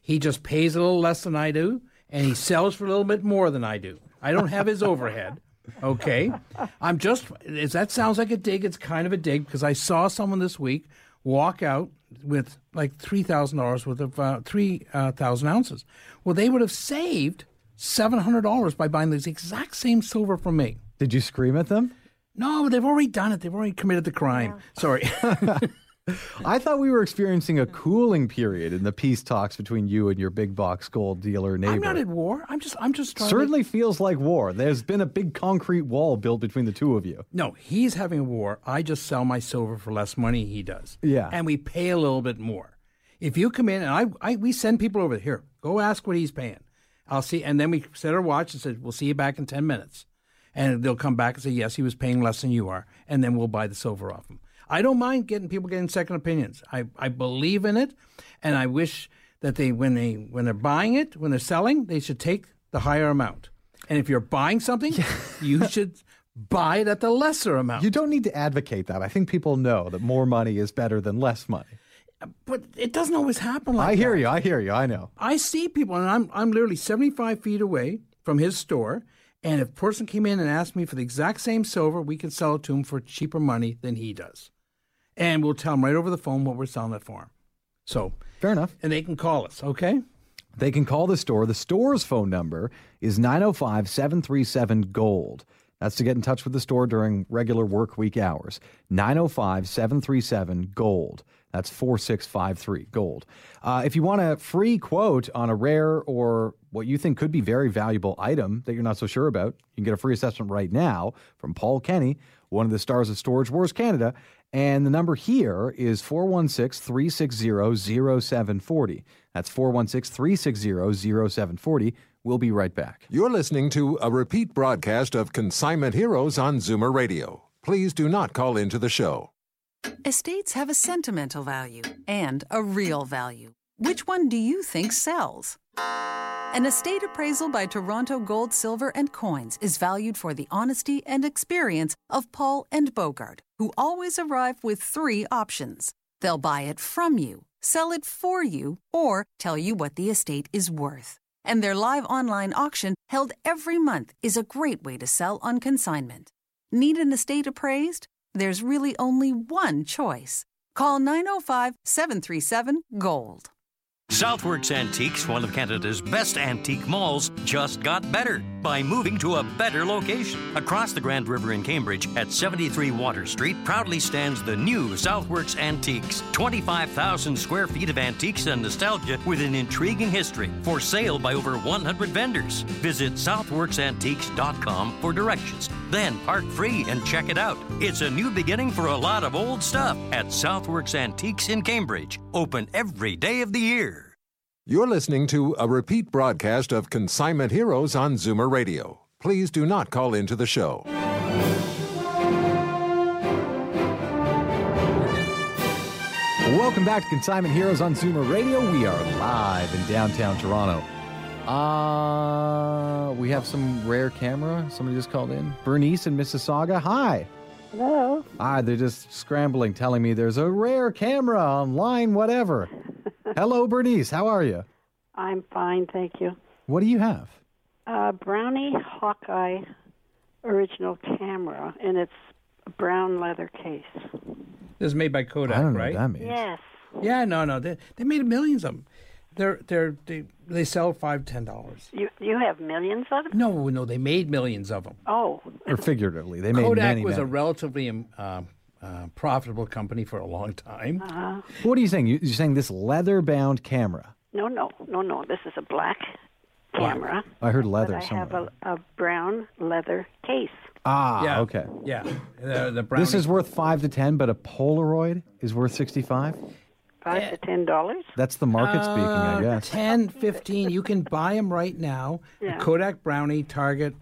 Speaker 3: He just pays a little less than I do, and he sells for a little bit more than I do. I don't have his overhead. Okay. I'm just, is that sounds like a dig. It's kind of a dig because I saw someone this week walk out with like $3,000 worth of uh, 3,000 ounces. Well, they would have saved $700 by buying this exact same silver from me.
Speaker 2: Did you scream at them?
Speaker 3: No, they've already done it. They've already committed the crime. Sorry.
Speaker 2: <laughs>
Speaker 3: <laughs>
Speaker 2: I thought we were experiencing a cooling period in the peace talks between you and your big box gold dealer neighbor.
Speaker 3: I'm not at war. I'm just, I'm just trying to-
Speaker 2: Certainly feels like war. There's been a big concrete wall built between the two of you.
Speaker 3: No, he's having a war. I just sell my silver for less money than he does.
Speaker 2: Yeah.
Speaker 3: And we pay a little bit more. If you come in and I, I we send people over here, go ask what he's paying. I'll see and then we set our watch and said, We'll see you back in ten minutes. And they'll come back and say, Yes, he was paying less than you are, and then we'll buy the silver off him. I don't mind getting people getting second opinions. I, I believe in it and I wish that they when they when they're buying it, when they're selling, they should take the higher amount. And if you're buying something, you should buy it at the lesser amount.
Speaker 2: You don't need to advocate that. I think people know that more money is better than less money.
Speaker 3: But it doesn't always happen like
Speaker 2: I hear
Speaker 3: that.
Speaker 2: you. I hear you. I know.
Speaker 3: I see people, and I'm I'm literally 75 feet away from his store. And if a person came in and asked me for the exact same silver, we can sell it to him for cheaper money than he does, and we'll tell him right over the phone what we're selling it for. Him. So
Speaker 2: fair enough.
Speaker 3: And they can call us. Okay.
Speaker 2: They can call the store. The store's phone number is 905 737 Gold. That's to get in touch with the store during regular work week hours. 905 737 Gold. That's 4653 Gold. Uh, if you want a free quote on a rare or what you think could be very valuable item that you're not so sure about, you can get a free assessment right now from Paul Kenny, one of the stars of Storage Wars Canada. And the number here is 416 360 0740. That's 416 360 0740. We'll be right back.
Speaker 1: You're listening to a repeat broadcast of Consignment Heroes on Zoomer Radio. Please do not call into the show.
Speaker 7: Estates have a sentimental value and a real value. Which one do you think sells? An estate appraisal by Toronto Gold, Silver, and Coins is valued for the honesty and experience of Paul and Bogart, who always arrive with three options. They'll buy it from you, sell it for you, or tell you what the estate is worth. And their live online auction, held every month, is a great way to sell on consignment. Need an estate appraised? There's really oh only one choice. Call 905 737 GOLD.
Speaker 16: Southwards Antiques, one of Canada's best antique malls, just got better by moving to a better location. Across the Grand River in Cambridge at 73 Water Street proudly stands the new Southwards Antiques. 25,000 square feet of antiques and nostalgia with an intriguing history. For sale by over 100 vendors. Visit southwarksantiques.com for directions. Then park free and check it out. It's a new beginning for a lot of old stuff at Southwarks Antiques in Cambridge. Open every day of the year.
Speaker 1: You're listening to a repeat broadcast of Consignment Heroes on Zoomer Radio. Please do not call into the show.
Speaker 2: Welcome back to Consignment Heroes on Zoomer Radio. We are live in downtown Toronto. Uh, we have some rare camera. Somebody just called in. Bernice in Mississauga. Hi.
Speaker 17: Hello.
Speaker 2: Ah, they're just scrambling, telling me there's a rare camera online,
Speaker 3: <laughs>
Speaker 2: whatever. Hello, Bernice. How are you?
Speaker 17: I'm fine, thank you.
Speaker 2: What do you have?
Speaker 17: Uh, Brownie Hawkeye original camera, and it's a brown leather case.
Speaker 3: This is made by Kodak,
Speaker 2: I don't know
Speaker 3: right?
Speaker 2: what that means.
Speaker 17: Yes.
Speaker 3: Yeah, no, no. They, they made millions of them. They're they're they, they sell five ten dollars.
Speaker 17: You you have millions of them?
Speaker 3: No, no, they made millions of them.
Speaker 17: Oh,
Speaker 2: Or figuratively, they made
Speaker 3: Kodak
Speaker 2: many.
Speaker 3: was a
Speaker 2: many.
Speaker 3: relatively um, uh, uh, profitable company for a long time.
Speaker 2: What are you saying? You- You're saying this leather-bound camera?
Speaker 17: no, no, no, no. This is a black camera.
Speaker 2: I heard leather
Speaker 17: But I
Speaker 2: somewhere.
Speaker 17: have a, a brown leather case.
Speaker 2: Ah, okay.
Speaker 3: Yeah, the, the brownie.
Speaker 2: This is worth five to ten, but a Polaroid is worth sixty-five.
Speaker 17: Five to ten dollars.
Speaker 2: That's the market speaking, I
Speaker 3: Uh,
Speaker 2: guess.
Speaker 3: 10, 15. You can buy them right now.
Speaker 17: Yeah.
Speaker 3: Kodak Brownie, Target,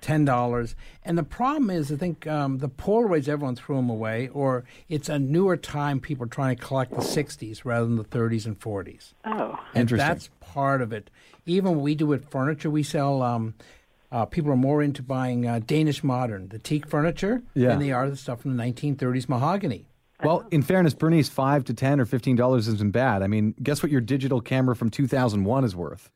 Speaker 3: $10. And the problem is, I think um, the Polaroids, everyone threw them away, or it's a newer time people are trying to collect the 60s rather than the 30s and 40s.
Speaker 17: Oh,
Speaker 3: And that's part of it. Even we do it furniture. We sell. Um, uh, people are more into buying uh, Danish modern, the teak furniture,
Speaker 2: Yeah.
Speaker 3: than they are the stuff from the 1930s mahogany.
Speaker 2: Well, in fairness, Bernice, five to ten or fifteen dollars isn't bad. I mean, guess what your digital camera from two thousand one is worth?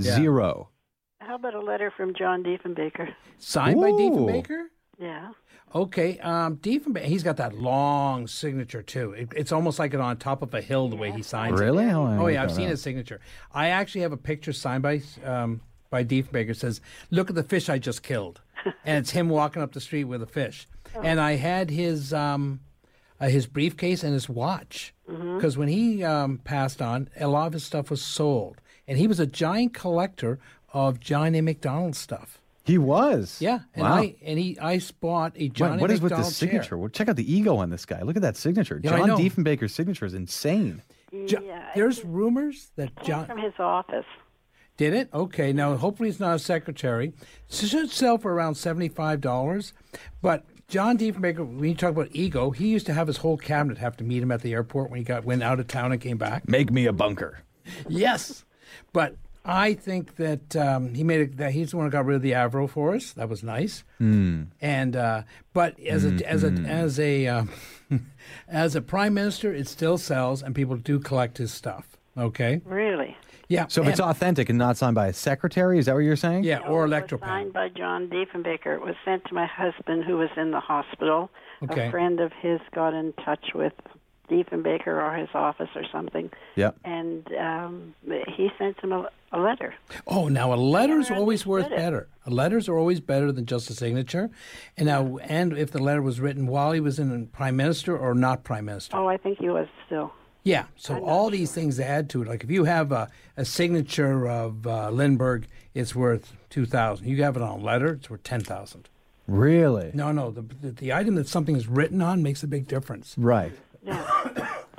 Speaker 2: Zero.
Speaker 17: How about a letter from John Diefenbaker?
Speaker 3: Signed by
Speaker 2: Ooh.
Speaker 3: Diefenbaker?
Speaker 17: Yeah.
Speaker 3: Okay, um, Diefenbaker. He's got that long signature too. It, it's almost like it on top of a hill the way he signs. it.
Speaker 2: Really? How am I
Speaker 3: Oh yeah, I've
Speaker 2: looking
Speaker 3: seen
Speaker 2: at
Speaker 3: his signature. I actually have a picture signed by um, by Diefenbaker. It Says, "Look at the fish I
Speaker 2: <laughs>
Speaker 3: just killed," and it's him walking up the street with a fish.
Speaker 2: Oh.
Speaker 3: And I had his um, uh, his briefcase and his watch
Speaker 2: Mm-hmm.
Speaker 3: because when he um, passed on, a lot of his stuff was sold, and he was a giant collector of John A. McDonald stuff.
Speaker 2: He was.
Speaker 3: Yeah, and
Speaker 2: wow.
Speaker 3: I and he I bought a
Speaker 2: Wait,
Speaker 3: John.
Speaker 2: what
Speaker 3: A.
Speaker 2: is with
Speaker 3: McDonald
Speaker 2: this signature?
Speaker 3: chair.
Speaker 2: Well, check out the ego on this guy. Look at that signature.
Speaker 3: Yeah, I
Speaker 2: John
Speaker 3: know.
Speaker 2: Diefenbaker's signature is insane.
Speaker 3: Jo- there's rumors that John
Speaker 17: From his office.
Speaker 3: did it. Okay, now hopefully it's not a secretary. It should sell for around seventy-five dollars. But John Diefenbaker, when you talk about ego, he used to have his whole cabinet have to meet him at the airport when he got went out of town and came back.
Speaker 2: Make me a bunker.
Speaker 3: yes, but I think that um, he made it, that he's the one who got rid of the Avro for us. That was nice.
Speaker 18: Hmm.
Speaker 3: And uh, but as a as a as a um, <laughs> as a prime minister, it still sells, and people do collect his stuff. Okay.
Speaker 17: Really?
Speaker 3: Yeah.
Speaker 2: So if it's
Speaker 3: and-
Speaker 2: authentic and not signed by a secretary, is that what you're saying?
Speaker 3: Yeah, or electropop.
Speaker 17: Signed by John Diefenbaker. It was sent to my husband who was in the hospital.
Speaker 2: Okay.
Speaker 17: A friend of his got in touch with Diefenbaker or his office or something,
Speaker 2: Yep.
Speaker 17: and um, he sent him a, a letter.
Speaker 3: Oh, now a letter's always worth better. Letters are always better than just a signature. And now, and if the letter was written while he was in prime minister or not prime minister.
Speaker 17: Oh, I think he was still.
Speaker 3: Yeah. So all these things add to it. Like if you have a, a signature of uh, Lindbergh, it's worth two thousand. You have it on a letter, it's worth ten thousand.
Speaker 2: Really?
Speaker 3: No, no. The, the the item that something is written on makes a big difference.
Speaker 2: Right.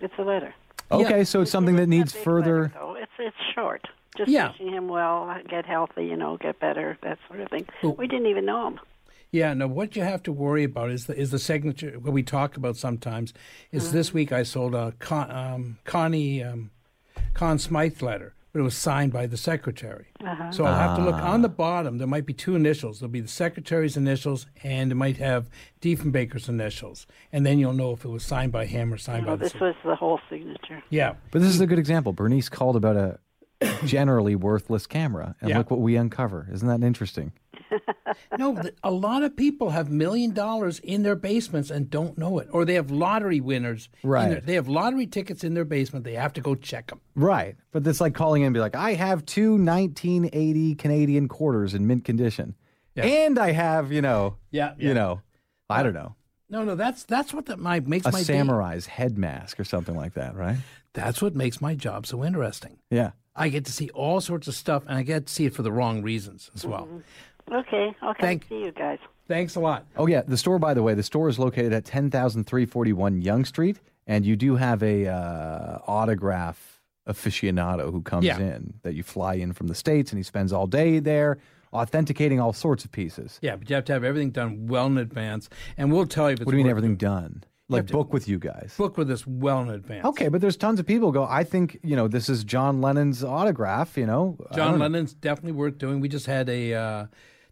Speaker 17: It's a letter.
Speaker 2: Okay, so it's something that needs further.
Speaker 17: So it's it's short. Just
Speaker 3: Yeah.
Speaker 17: wishing him well, get healthy, you know, get better, that sort of thing.
Speaker 3: Oh.
Speaker 17: We didn't even know him.
Speaker 3: Yeah, no. What you have to worry about is the is the signature. What we talk about sometimes is
Speaker 17: Uh-huh.
Speaker 3: this week I sold a Con, um, Connie um, Con Smythe letter, but it was signed by the secretary.
Speaker 17: Uh-huh.
Speaker 3: So I'll have to look
Speaker 2: Ah.
Speaker 3: on the bottom. There might be two initials. There'll be the secretary's initials, and it might have Diefenbaker's initials, and then you'll know if it was signed by him or signed
Speaker 17: Oh,
Speaker 3: by the.
Speaker 17: this was the whole signature.
Speaker 3: Yeah.
Speaker 2: But this is a good example. Bernice called about a <coughs> generally worthless camera, and
Speaker 3: Yeah.
Speaker 2: look what we uncover. Isn't that interesting?
Speaker 3: No, th- a lot of people have million dollars in their basements and don't know it, or they have lottery winners. in
Speaker 2: Right.
Speaker 3: their- they have lottery tickets in their basement. They have to go check them.
Speaker 2: Right. But it's like calling in and be like, I have two 1980 Canadian quarters in mint condition. And I have, you know,
Speaker 3: Yeah,
Speaker 2: you know, I don't know,
Speaker 3: No, no, that's that's what that my makes
Speaker 2: a
Speaker 3: my day-
Speaker 2: samurai's head mask or something like that, right?
Speaker 3: That's what makes my job so interesting.
Speaker 2: Yeah.
Speaker 3: I get to see all sorts of stuff, and I get to see it for the wrong reasons as well.
Speaker 17: Okay, okay.
Speaker 3: Thank-
Speaker 17: See you guys.
Speaker 3: Thanks a lot.
Speaker 2: Oh yeah, the store. By the way, the store is located at ten thousand three forty one Young Street, and you do have a uh, autograph aficionado who comes
Speaker 3: Yeah.
Speaker 2: in that you fly in from the states, and he spends all day there authenticating all sorts of pieces.
Speaker 3: Yeah, but you have to have everything done well in advance, and we'll tell you. If it's
Speaker 2: What do you mean
Speaker 3: worth
Speaker 2: everything done?
Speaker 3: You
Speaker 2: Like
Speaker 3: have to-
Speaker 2: book with you guys.
Speaker 3: Book with us well in advance.
Speaker 2: Okay, but there's tons of people who go. I think you know this is John Lennon's autograph. You know, Oh, I
Speaker 3: John
Speaker 2: don't know.
Speaker 3: Lennon's definitely worth doing. We just had a uh,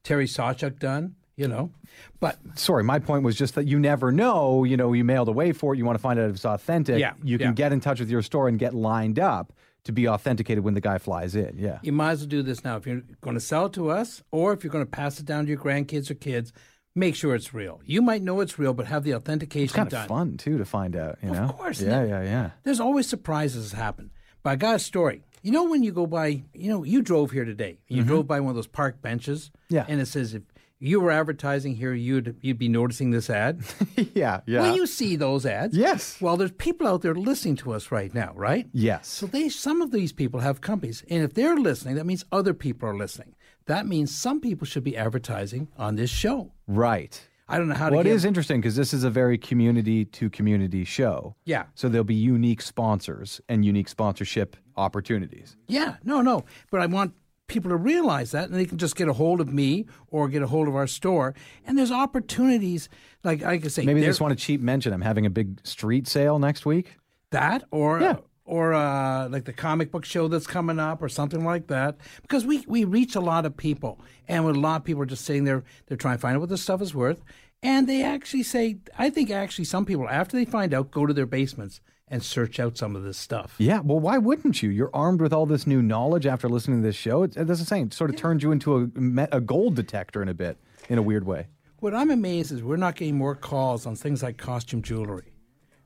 Speaker 3: Terry Sawchuk done, you know. But
Speaker 2: Sorry, my point was just that you never know. You know, you mailed away for it. You want to find out if it's authentic.
Speaker 3: Yeah,
Speaker 2: you can
Speaker 3: yeah.
Speaker 2: get in touch with your store and get lined up to be authenticated when the guy flies in. Yeah.
Speaker 3: you might as well do this now. If you're going to sell it to us, or if you're going to pass it down to your grandkids or kids, make sure it's real. You might know it's real, but have the authentication
Speaker 2: It's kind of
Speaker 3: done.
Speaker 2: fun too to find out. You know, of
Speaker 3: course,
Speaker 2: Yeah,
Speaker 3: isn't
Speaker 2: yeah, yeah.
Speaker 3: There's always surprises that happen. But I got a story. You know when you go by, you know, you drove here today. You
Speaker 2: Mhm.
Speaker 3: drove by one of those park benches.
Speaker 2: Yeah.
Speaker 3: And it says if you were advertising here, you'd you'd be noticing this ad.
Speaker 2: <laughs> yeah, yeah.
Speaker 3: Well, you see those ads.
Speaker 2: Yes.
Speaker 3: Well, there's people out there listening to us right now, right?
Speaker 2: Yes.
Speaker 3: So they some of these people have companies, and if they're listening, that means other people are listening. That means some people should be advertising on this show.
Speaker 2: Right.
Speaker 3: I don't know how
Speaker 2: What
Speaker 3: to
Speaker 2: is
Speaker 3: get-
Speaker 2: interesting because this is a very community to community show.
Speaker 3: Yeah.
Speaker 2: So there'll be unique sponsors and unique sponsorship opportunities.
Speaker 3: Yeah, no, no. But I want people to realize that, and they can just get a hold of me or get a hold of our store. And there's opportunities, like I could say,
Speaker 2: Maybe they
Speaker 3: there-
Speaker 2: just want a cheap mention. I'm having a big street sale next week.
Speaker 3: that, or or uh, like the comic book show that's coming up, or something like that. Because we we reach a lot of people, and when a lot of people are just sitting there, they're trying to find out what this stuff is worth, and they actually say, I think actually some people after they find out go to their basements and search out some of this stuff.
Speaker 2: Yeah, well, why wouldn't you? You're armed with all this new knowledge after listening to this show. It's, that's the same. It sort of turns you into a, me- a gold detector in a bit, in a weird way.
Speaker 3: What I'm amazed is we're not getting more calls on things like costume jewelry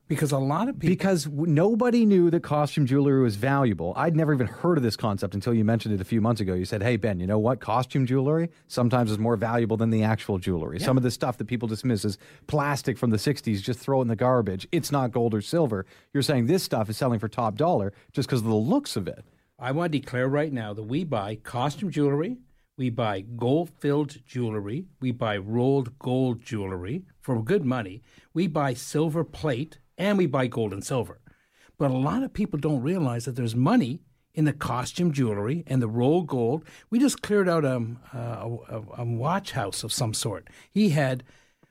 Speaker 3: because a lot of people.
Speaker 2: Because w- nobody knew that costume jewelry was valuable. I'd never even heard of this concept until you mentioned it a few months ago. You said, hey, Ben, you know what? Costume jewelry sometimes is more valuable than the actual jewelry. Some of the stuff that people dismiss as plastic from the 60s, just throw it in the garbage. It's not gold or silver. You're saying this stuff is selling for top dollar just because of the looks of it.
Speaker 3: I want to declare right now that we buy costume jewelry, we buy gold filled jewelry, we buy rolled gold jewelry for good money, we buy silver plate, and we buy gold and silver. But a lot of people don't realize that there's money in the costume jewelry and the rolled gold. We just cleared out um, uh, a, a, a watch house of some sort. He had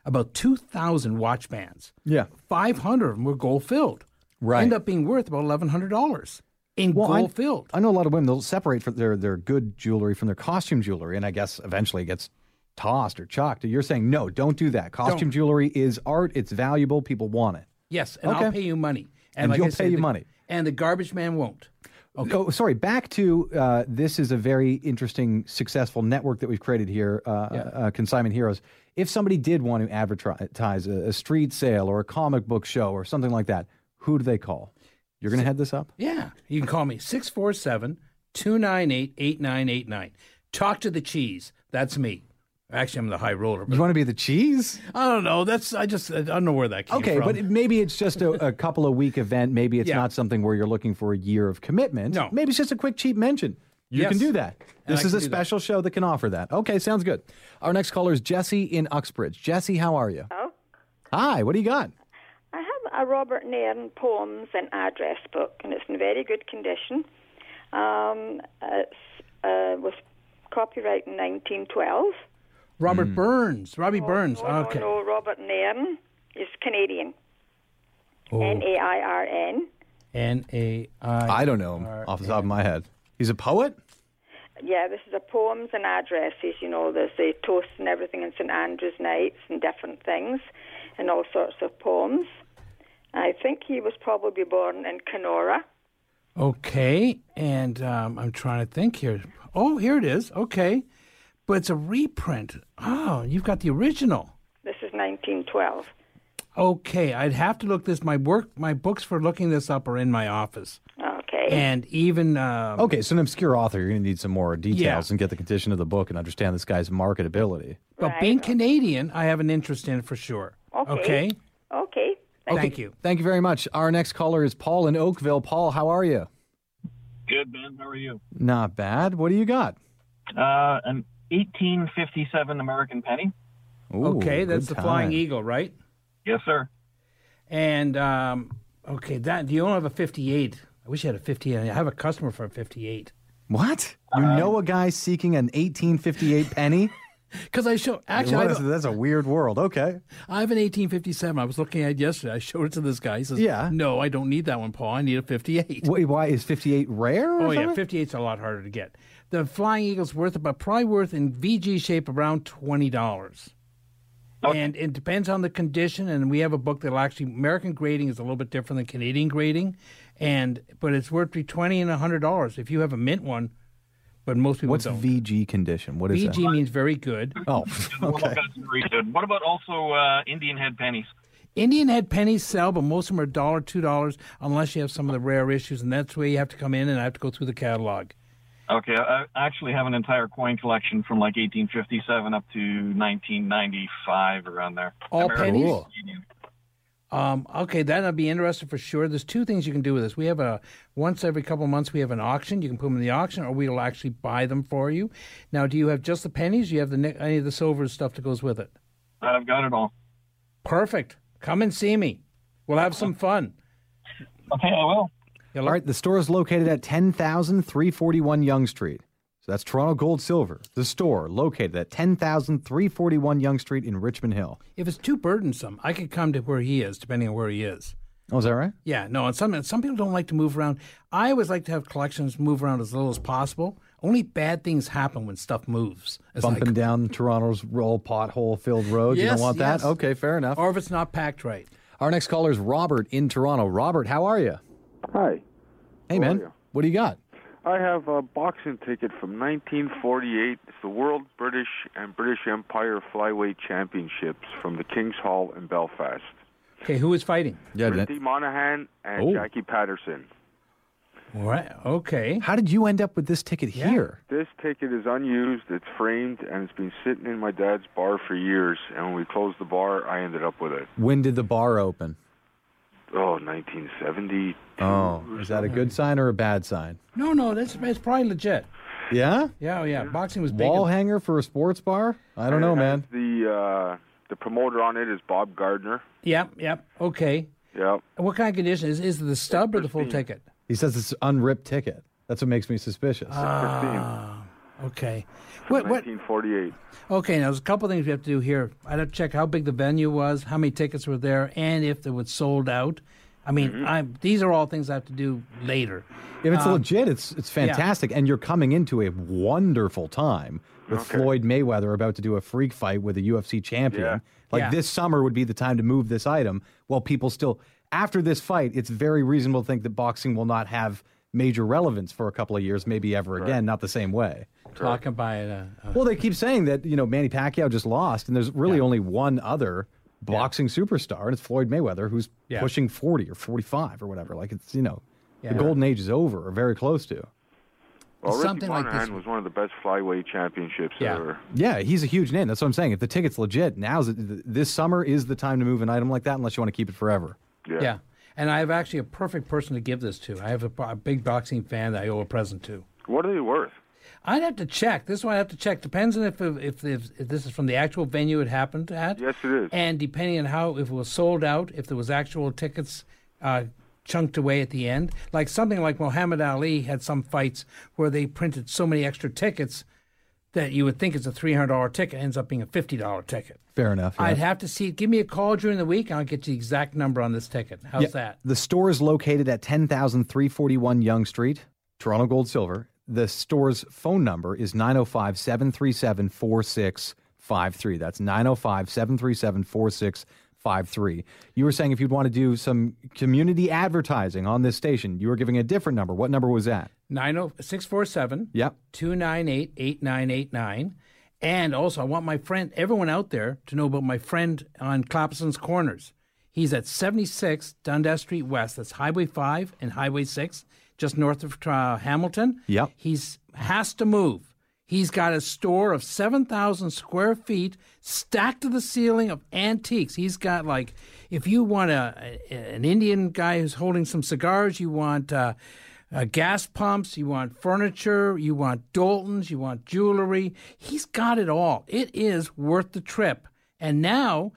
Speaker 3: about 2,000 watch bands.
Speaker 2: Yeah.
Speaker 3: 500 of them were gold filled.
Speaker 2: Right.
Speaker 3: End up being worth about $1,100 in
Speaker 2: I-
Speaker 3: gold filled.
Speaker 2: I know a lot of women, they'll separate for their, their good jewelry from their costume jewelry, and I guess eventually it gets tossed or chucked. You're saying, no, don't do that. Costume
Speaker 3: Don't.
Speaker 2: jewelry is art, it's valuable, people want it.
Speaker 3: Yes, and I'll
Speaker 2: Okay.
Speaker 3: pay you money.
Speaker 2: And
Speaker 3: like
Speaker 2: you'll
Speaker 3: I said,
Speaker 2: pay you
Speaker 3: the-
Speaker 2: money.
Speaker 3: And the garbage man won't.
Speaker 2: Oh, sorry. Back to uh, this is a very interesting, successful network that we've created here, uh, uh, Consignment Heroes. If somebody did want to advertise a, a street sale or a comic book show or something like that, who do they call? You're going to head this up?
Speaker 3: Yeah. You can call me 647 298 8989. Talk to the cheese. That's me. Actually, I'm the high roller. But
Speaker 2: You want to be the cheese?
Speaker 3: I don't know. That's I just I don't know where that came
Speaker 2: Okay,
Speaker 3: from.
Speaker 2: but it- maybe it's just a, a couple of week event. Maybe it's
Speaker 3: Yeah.
Speaker 2: not something where you're looking for a year of commitment. No. Maybe it's just a quick, cheap mention. You
Speaker 3: Yes.
Speaker 2: can do that.
Speaker 3: And
Speaker 2: This
Speaker 3: I
Speaker 2: is
Speaker 3: can
Speaker 2: a
Speaker 3: do that.
Speaker 2: special show that can offer that. Okay, sounds good. Our next caller is Jesse in Uxbridge. Jesse, how are you?
Speaker 18: Oh.
Speaker 2: Hi, what do you got?
Speaker 18: I have a Robert Nairn poems and address book, and it's in very good condition. Um, it's, uh, was copyright in 1912.
Speaker 3: Robert
Speaker 2: Hmm.
Speaker 3: Burns, Robbie Burns. okay.
Speaker 18: Oh, No, Robert Nairn is Canadian.
Speaker 3: Oh.
Speaker 18: N A I R N.
Speaker 3: N A I.
Speaker 2: I don't know him off the top of my head. He's a poet.
Speaker 18: Yeah, this is a poems and addresses. You know, there's the toasts and everything and St Andrew's nights and different things, and all sorts of poems. I think he was probably born in Kenora.
Speaker 3: Okay, and um, I'm trying to think here. Oh, here it is. Okay, But it's a reprint. Oh, you've got the original.
Speaker 18: This is 1912.
Speaker 3: Okay, I'd have to look this. My work, my books for looking this up are in my office.
Speaker 18: Okay.
Speaker 3: And even um,
Speaker 2: Okay, so an obscure author, you're going to need some more details
Speaker 3: Yeah.
Speaker 2: and get the condition of the book and understand this guy's marketability.
Speaker 3: but being Canadian, I have an interest in it for sure.
Speaker 18: Okay.
Speaker 3: Okay.
Speaker 18: Okay.
Speaker 3: Thank you.
Speaker 2: Thank you very much. Our next caller is Paul in Oakville. Paul, how are you?
Speaker 19: Good, Ben. How are you?
Speaker 2: Not bad. What do you got?
Speaker 19: Uh, an 1857 American penny.
Speaker 2: Ooh,
Speaker 3: okay,
Speaker 2: good
Speaker 3: that's the Flying
Speaker 2: time.
Speaker 3: Eagle, right?
Speaker 19: Yes, sir.
Speaker 3: And um, okay, that you don't have a 58. I wish you had a 58. I have a customer for a 58.
Speaker 2: What? You
Speaker 3: Uh,
Speaker 2: know a guy seeking an 1858 penny?
Speaker 3: Because I show <laughs> actually,
Speaker 2: What
Speaker 3: I
Speaker 2: is-
Speaker 3: have, a-
Speaker 2: that's a weird world. Okay.
Speaker 3: I have an 1857. I was looking at it yesterday. I showed it to this guy. He says,
Speaker 2: Yeah.
Speaker 3: no, I don't need that one, Paul. I need a 58."
Speaker 2: Wait, why is 58 rare? or
Speaker 3: Oh yeah,
Speaker 2: something?
Speaker 3: 58's a lot harder to get. The Flying Eagle's worth about probably worth in VG shape around twenty dollars. And it depends on the condition, and we have a book that'll actually American grading is a little bit different than Canadian grading, and but it's worth between twenty and hundred dollars if you have a mint one, but most people
Speaker 2: What's
Speaker 3: don't.
Speaker 2: VG condition? What is
Speaker 3: VG
Speaker 2: that?
Speaker 3: means very good.
Speaker 2: Oh, <laughs> okay.
Speaker 19: Very good. What about also uh, Indian head pennies?
Speaker 3: Indian head pennies sell, but most of them are dollar, two dollars, unless you have some of the rare issues, and that's where you have to come in and I have to go through the catalog.
Speaker 19: Okay, I I actually have an entire coin collection from like 1857 up to 1995, around there.
Speaker 3: All
Speaker 19: American
Speaker 3: pennies?
Speaker 19: Indian.
Speaker 3: Um, okay, that'll be interesting for sure. There's two things you can do with this. We have a once every couple of months we have an auction. You can put them in the auction, or we'll actually buy them for you. Now, do you have just the pennies? Do you have the nic- any of the silver stuff that goes with it?
Speaker 19: I've got it all.
Speaker 3: Perfect. Come and see me. We'll have some fun.
Speaker 19: Okay, I will.
Speaker 2: All right, the store is located at 10,341 Young Street. So that's Toronto Gold Silver. The store located at 10,341 Young Street in Richmond Hill.
Speaker 3: If it's too burdensome, I could come to where he is, depending on where he is.
Speaker 2: Oh, is that right?
Speaker 3: Yeah, no, and some and some people don't like to move around. I always like to have collections move around as little as possible. Only bad things happen when stuff moves. It's like-
Speaker 2: Bumping down Toronto's roll pothole filled road. you
Speaker 3: Yes,
Speaker 2: don't want
Speaker 3: yes.
Speaker 2: that? Okay, fair enough.
Speaker 3: Or if it's not packed right.
Speaker 2: Our next caller is Robert in Toronto. Robert, how are you?
Speaker 20: Hi.
Speaker 2: Hey, man. What do you got?
Speaker 20: I have a boxing ticket from 1948. It's the World British and British Empire Flyweight Championships from the King's Hall in Belfast.
Speaker 3: Okay, who is fighting?
Speaker 2: Yeah,
Speaker 20: Dee Monahan and
Speaker 2: Oh.
Speaker 20: Jackie Patterson.
Speaker 3: All right. Okay.
Speaker 2: How did you end up with this ticket here?
Speaker 20: This ticket is unused, it's framed, and it's been sitting in my dad's bar for years. And when we closed the bar, I ended up with it.
Speaker 2: When did the bar open?
Speaker 20: Oh, 1970.
Speaker 2: Oh, is that a good sign or a bad sign?
Speaker 3: No, no, that's it's probably legit.
Speaker 2: Yeah?
Speaker 3: Yeah, oh, yeah. Boxing was big.
Speaker 2: Wall hanger for a sports bar? I don't know,
Speaker 20: And
Speaker 2: man.
Speaker 20: The, uh, the promoter on it is Bob Gardner.
Speaker 3: Yep, yep. Okay.
Speaker 20: Yep.
Speaker 3: What kind of condition is is it the stub or the full ticket?
Speaker 2: He says it's unripped ticket. That's what makes me suspicious.
Speaker 3: Ah, okay. What what?
Speaker 20: 1948.
Speaker 3: Okay. Now there's a couple things we have to do here. I'd have to check how big the venue was, how many tickets were there, and if they were sold out. I mean, I these are all things I have to do later.
Speaker 2: if it's
Speaker 3: Um,
Speaker 2: legit, it's it's
Speaker 3: yeah.
Speaker 2: fantastic, and you're coming into a wonderful time with
Speaker 3: Okay.
Speaker 2: Floyd Mayweather about to do a freak fight with a UFC champion.
Speaker 3: Yeah.
Speaker 2: Like
Speaker 3: Yeah.
Speaker 2: this summer would be the time to move this item. While people still, after this fight, it's very reasonable to think that boxing will not have major relevance for a couple of years, maybe ever again, not the same way.
Speaker 3: Talking by it. Uh,
Speaker 2: Well, they keep saying that you know Manny Pacquiao just lost, and there's really only one other boxing superstar, and it's Floyd Mayweather, who's
Speaker 3: Yeah.
Speaker 2: pushing 40 or 45 or whatever. Like it's you know,
Speaker 3: Yeah.
Speaker 2: the golden age is over or very close to.
Speaker 20: Well,
Speaker 2: Something
Speaker 20: Ricky
Speaker 2: like
Speaker 20: Monahan
Speaker 2: this
Speaker 20: was one of the best flyweight championships ever.
Speaker 2: Yeah, he's a huge name. That's what I'm saying. If the ticket's legit, now's th- this summer is the time to move an item like that, unless you want to keep it forever.
Speaker 3: yeah. And I have actually a perfect person to give this to. I have a, a big boxing fan that I owe a present to.
Speaker 20: What are they worth?
Speaker 3: I'd have to check. This one I have to check. Depends on if if, if if this is from the actual venue it happened at.
Speaker 20: Yes, it is.
Speaker 3: And depending on how if it was sold out, if there was actual tickets uh, chunked away at the end, like something like Muhammad Ali had some fights where they printed so many extra tickets that you would think it's a three hundred dollar ticket ends up being a fifty dollar ticket.
Speaker 2: Fair enough. yeah.
Speaker 3: I'd have to see. Give me a call during the week. and I'll get you the exact number on this ticket. How's
Speaker 2: Yeah,
Speaker 3: that?
Speaker 2: The store is located at 10,341 Young Street, Toronto Gold Silver. The store's phone number is 905 737 4653. That's 905 737 4653. You were saying if you'd want to do some community advertising on this station, you were giving a different number.
Speaker 3: oh,
Speaker 2: What number was that?
Speaker 3: Nine zero six four seven.
Speaker 2: Yep.
Speaker 3: 298 8989. And also, I want my friend, everyone out there, to know about my friend on Clapson's Corners. He's at 76 Dundas Street West. That's Highway 5 and Highway 6, just north of uh, Hamilton.
Speaker 2: Yep.
Speaker 3: He's has to move. He's got a store of 7,000 square feet stacked to the ceiling of antiques. He's got like, if you want a, a- an Indian guy who's holding some cigars, you want uh, uh, gas pumps, you want furniture, you want Daltons, you want jewelry. He's got it all. It is worth the trip. And now,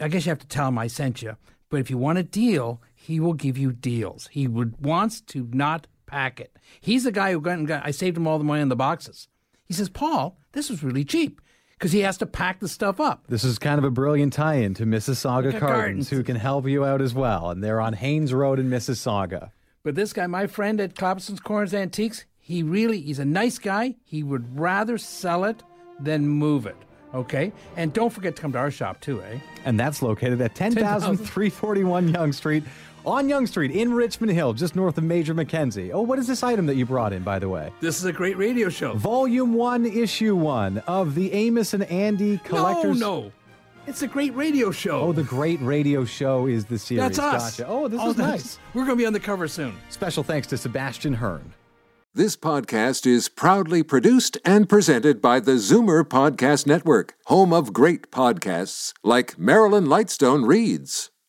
Speaker 3: I guess you have to tell him I sent you. But if you want a deal, he will give you deals. He would wants to not pack it. He's the guy who got and got. I saved him all the money on the boxes. He says, Paul, this was really cheap because he has to pack the stuff up.
Speaker 2: This is kind of a brilliant tie in to Mississauga
Speaker 3: Gardens.
Speaker 2: Gardens, who can help you out as well. And they're on Haynes Road in Mississauga.
Speaker 3: But this guy, my friend at Clopson's Corners Antiques, he really he's a nice guy. He would rather sell it than move it. Okay, and don't forget to come to our shop too, eh?
Speaker 2: And that's located at 10,341 Young Street, on Young Street in Richmond Hill, just north of Major Mackenzie. Oh, what is this item that you brought in, by the way?
Speaker 3: This is a great radio show.
Speaker 2: Volume 1, Issue 1 of the Amos and Andy Collectors.
Speaker 3: No, no, it's a great radio show.
Speaker 2: Oh, the Great Radio Show is the series.
Speaker 3: That's us.
Speaker 2: Gotcha. Oh, this
Speaker 3: Oh,
Speaker 2: is
Speaker 3: that's-
Speaker 2: nice.
Speaker 3: We're going to be on the cover soon.
Speaker 2: Special thanks to Sebastian Hearn.
Speaker 1: This podcast is proudly produced and presented by the Zoomer Podcast Network, home of great podcasts like Marilyn Lightstone Reads,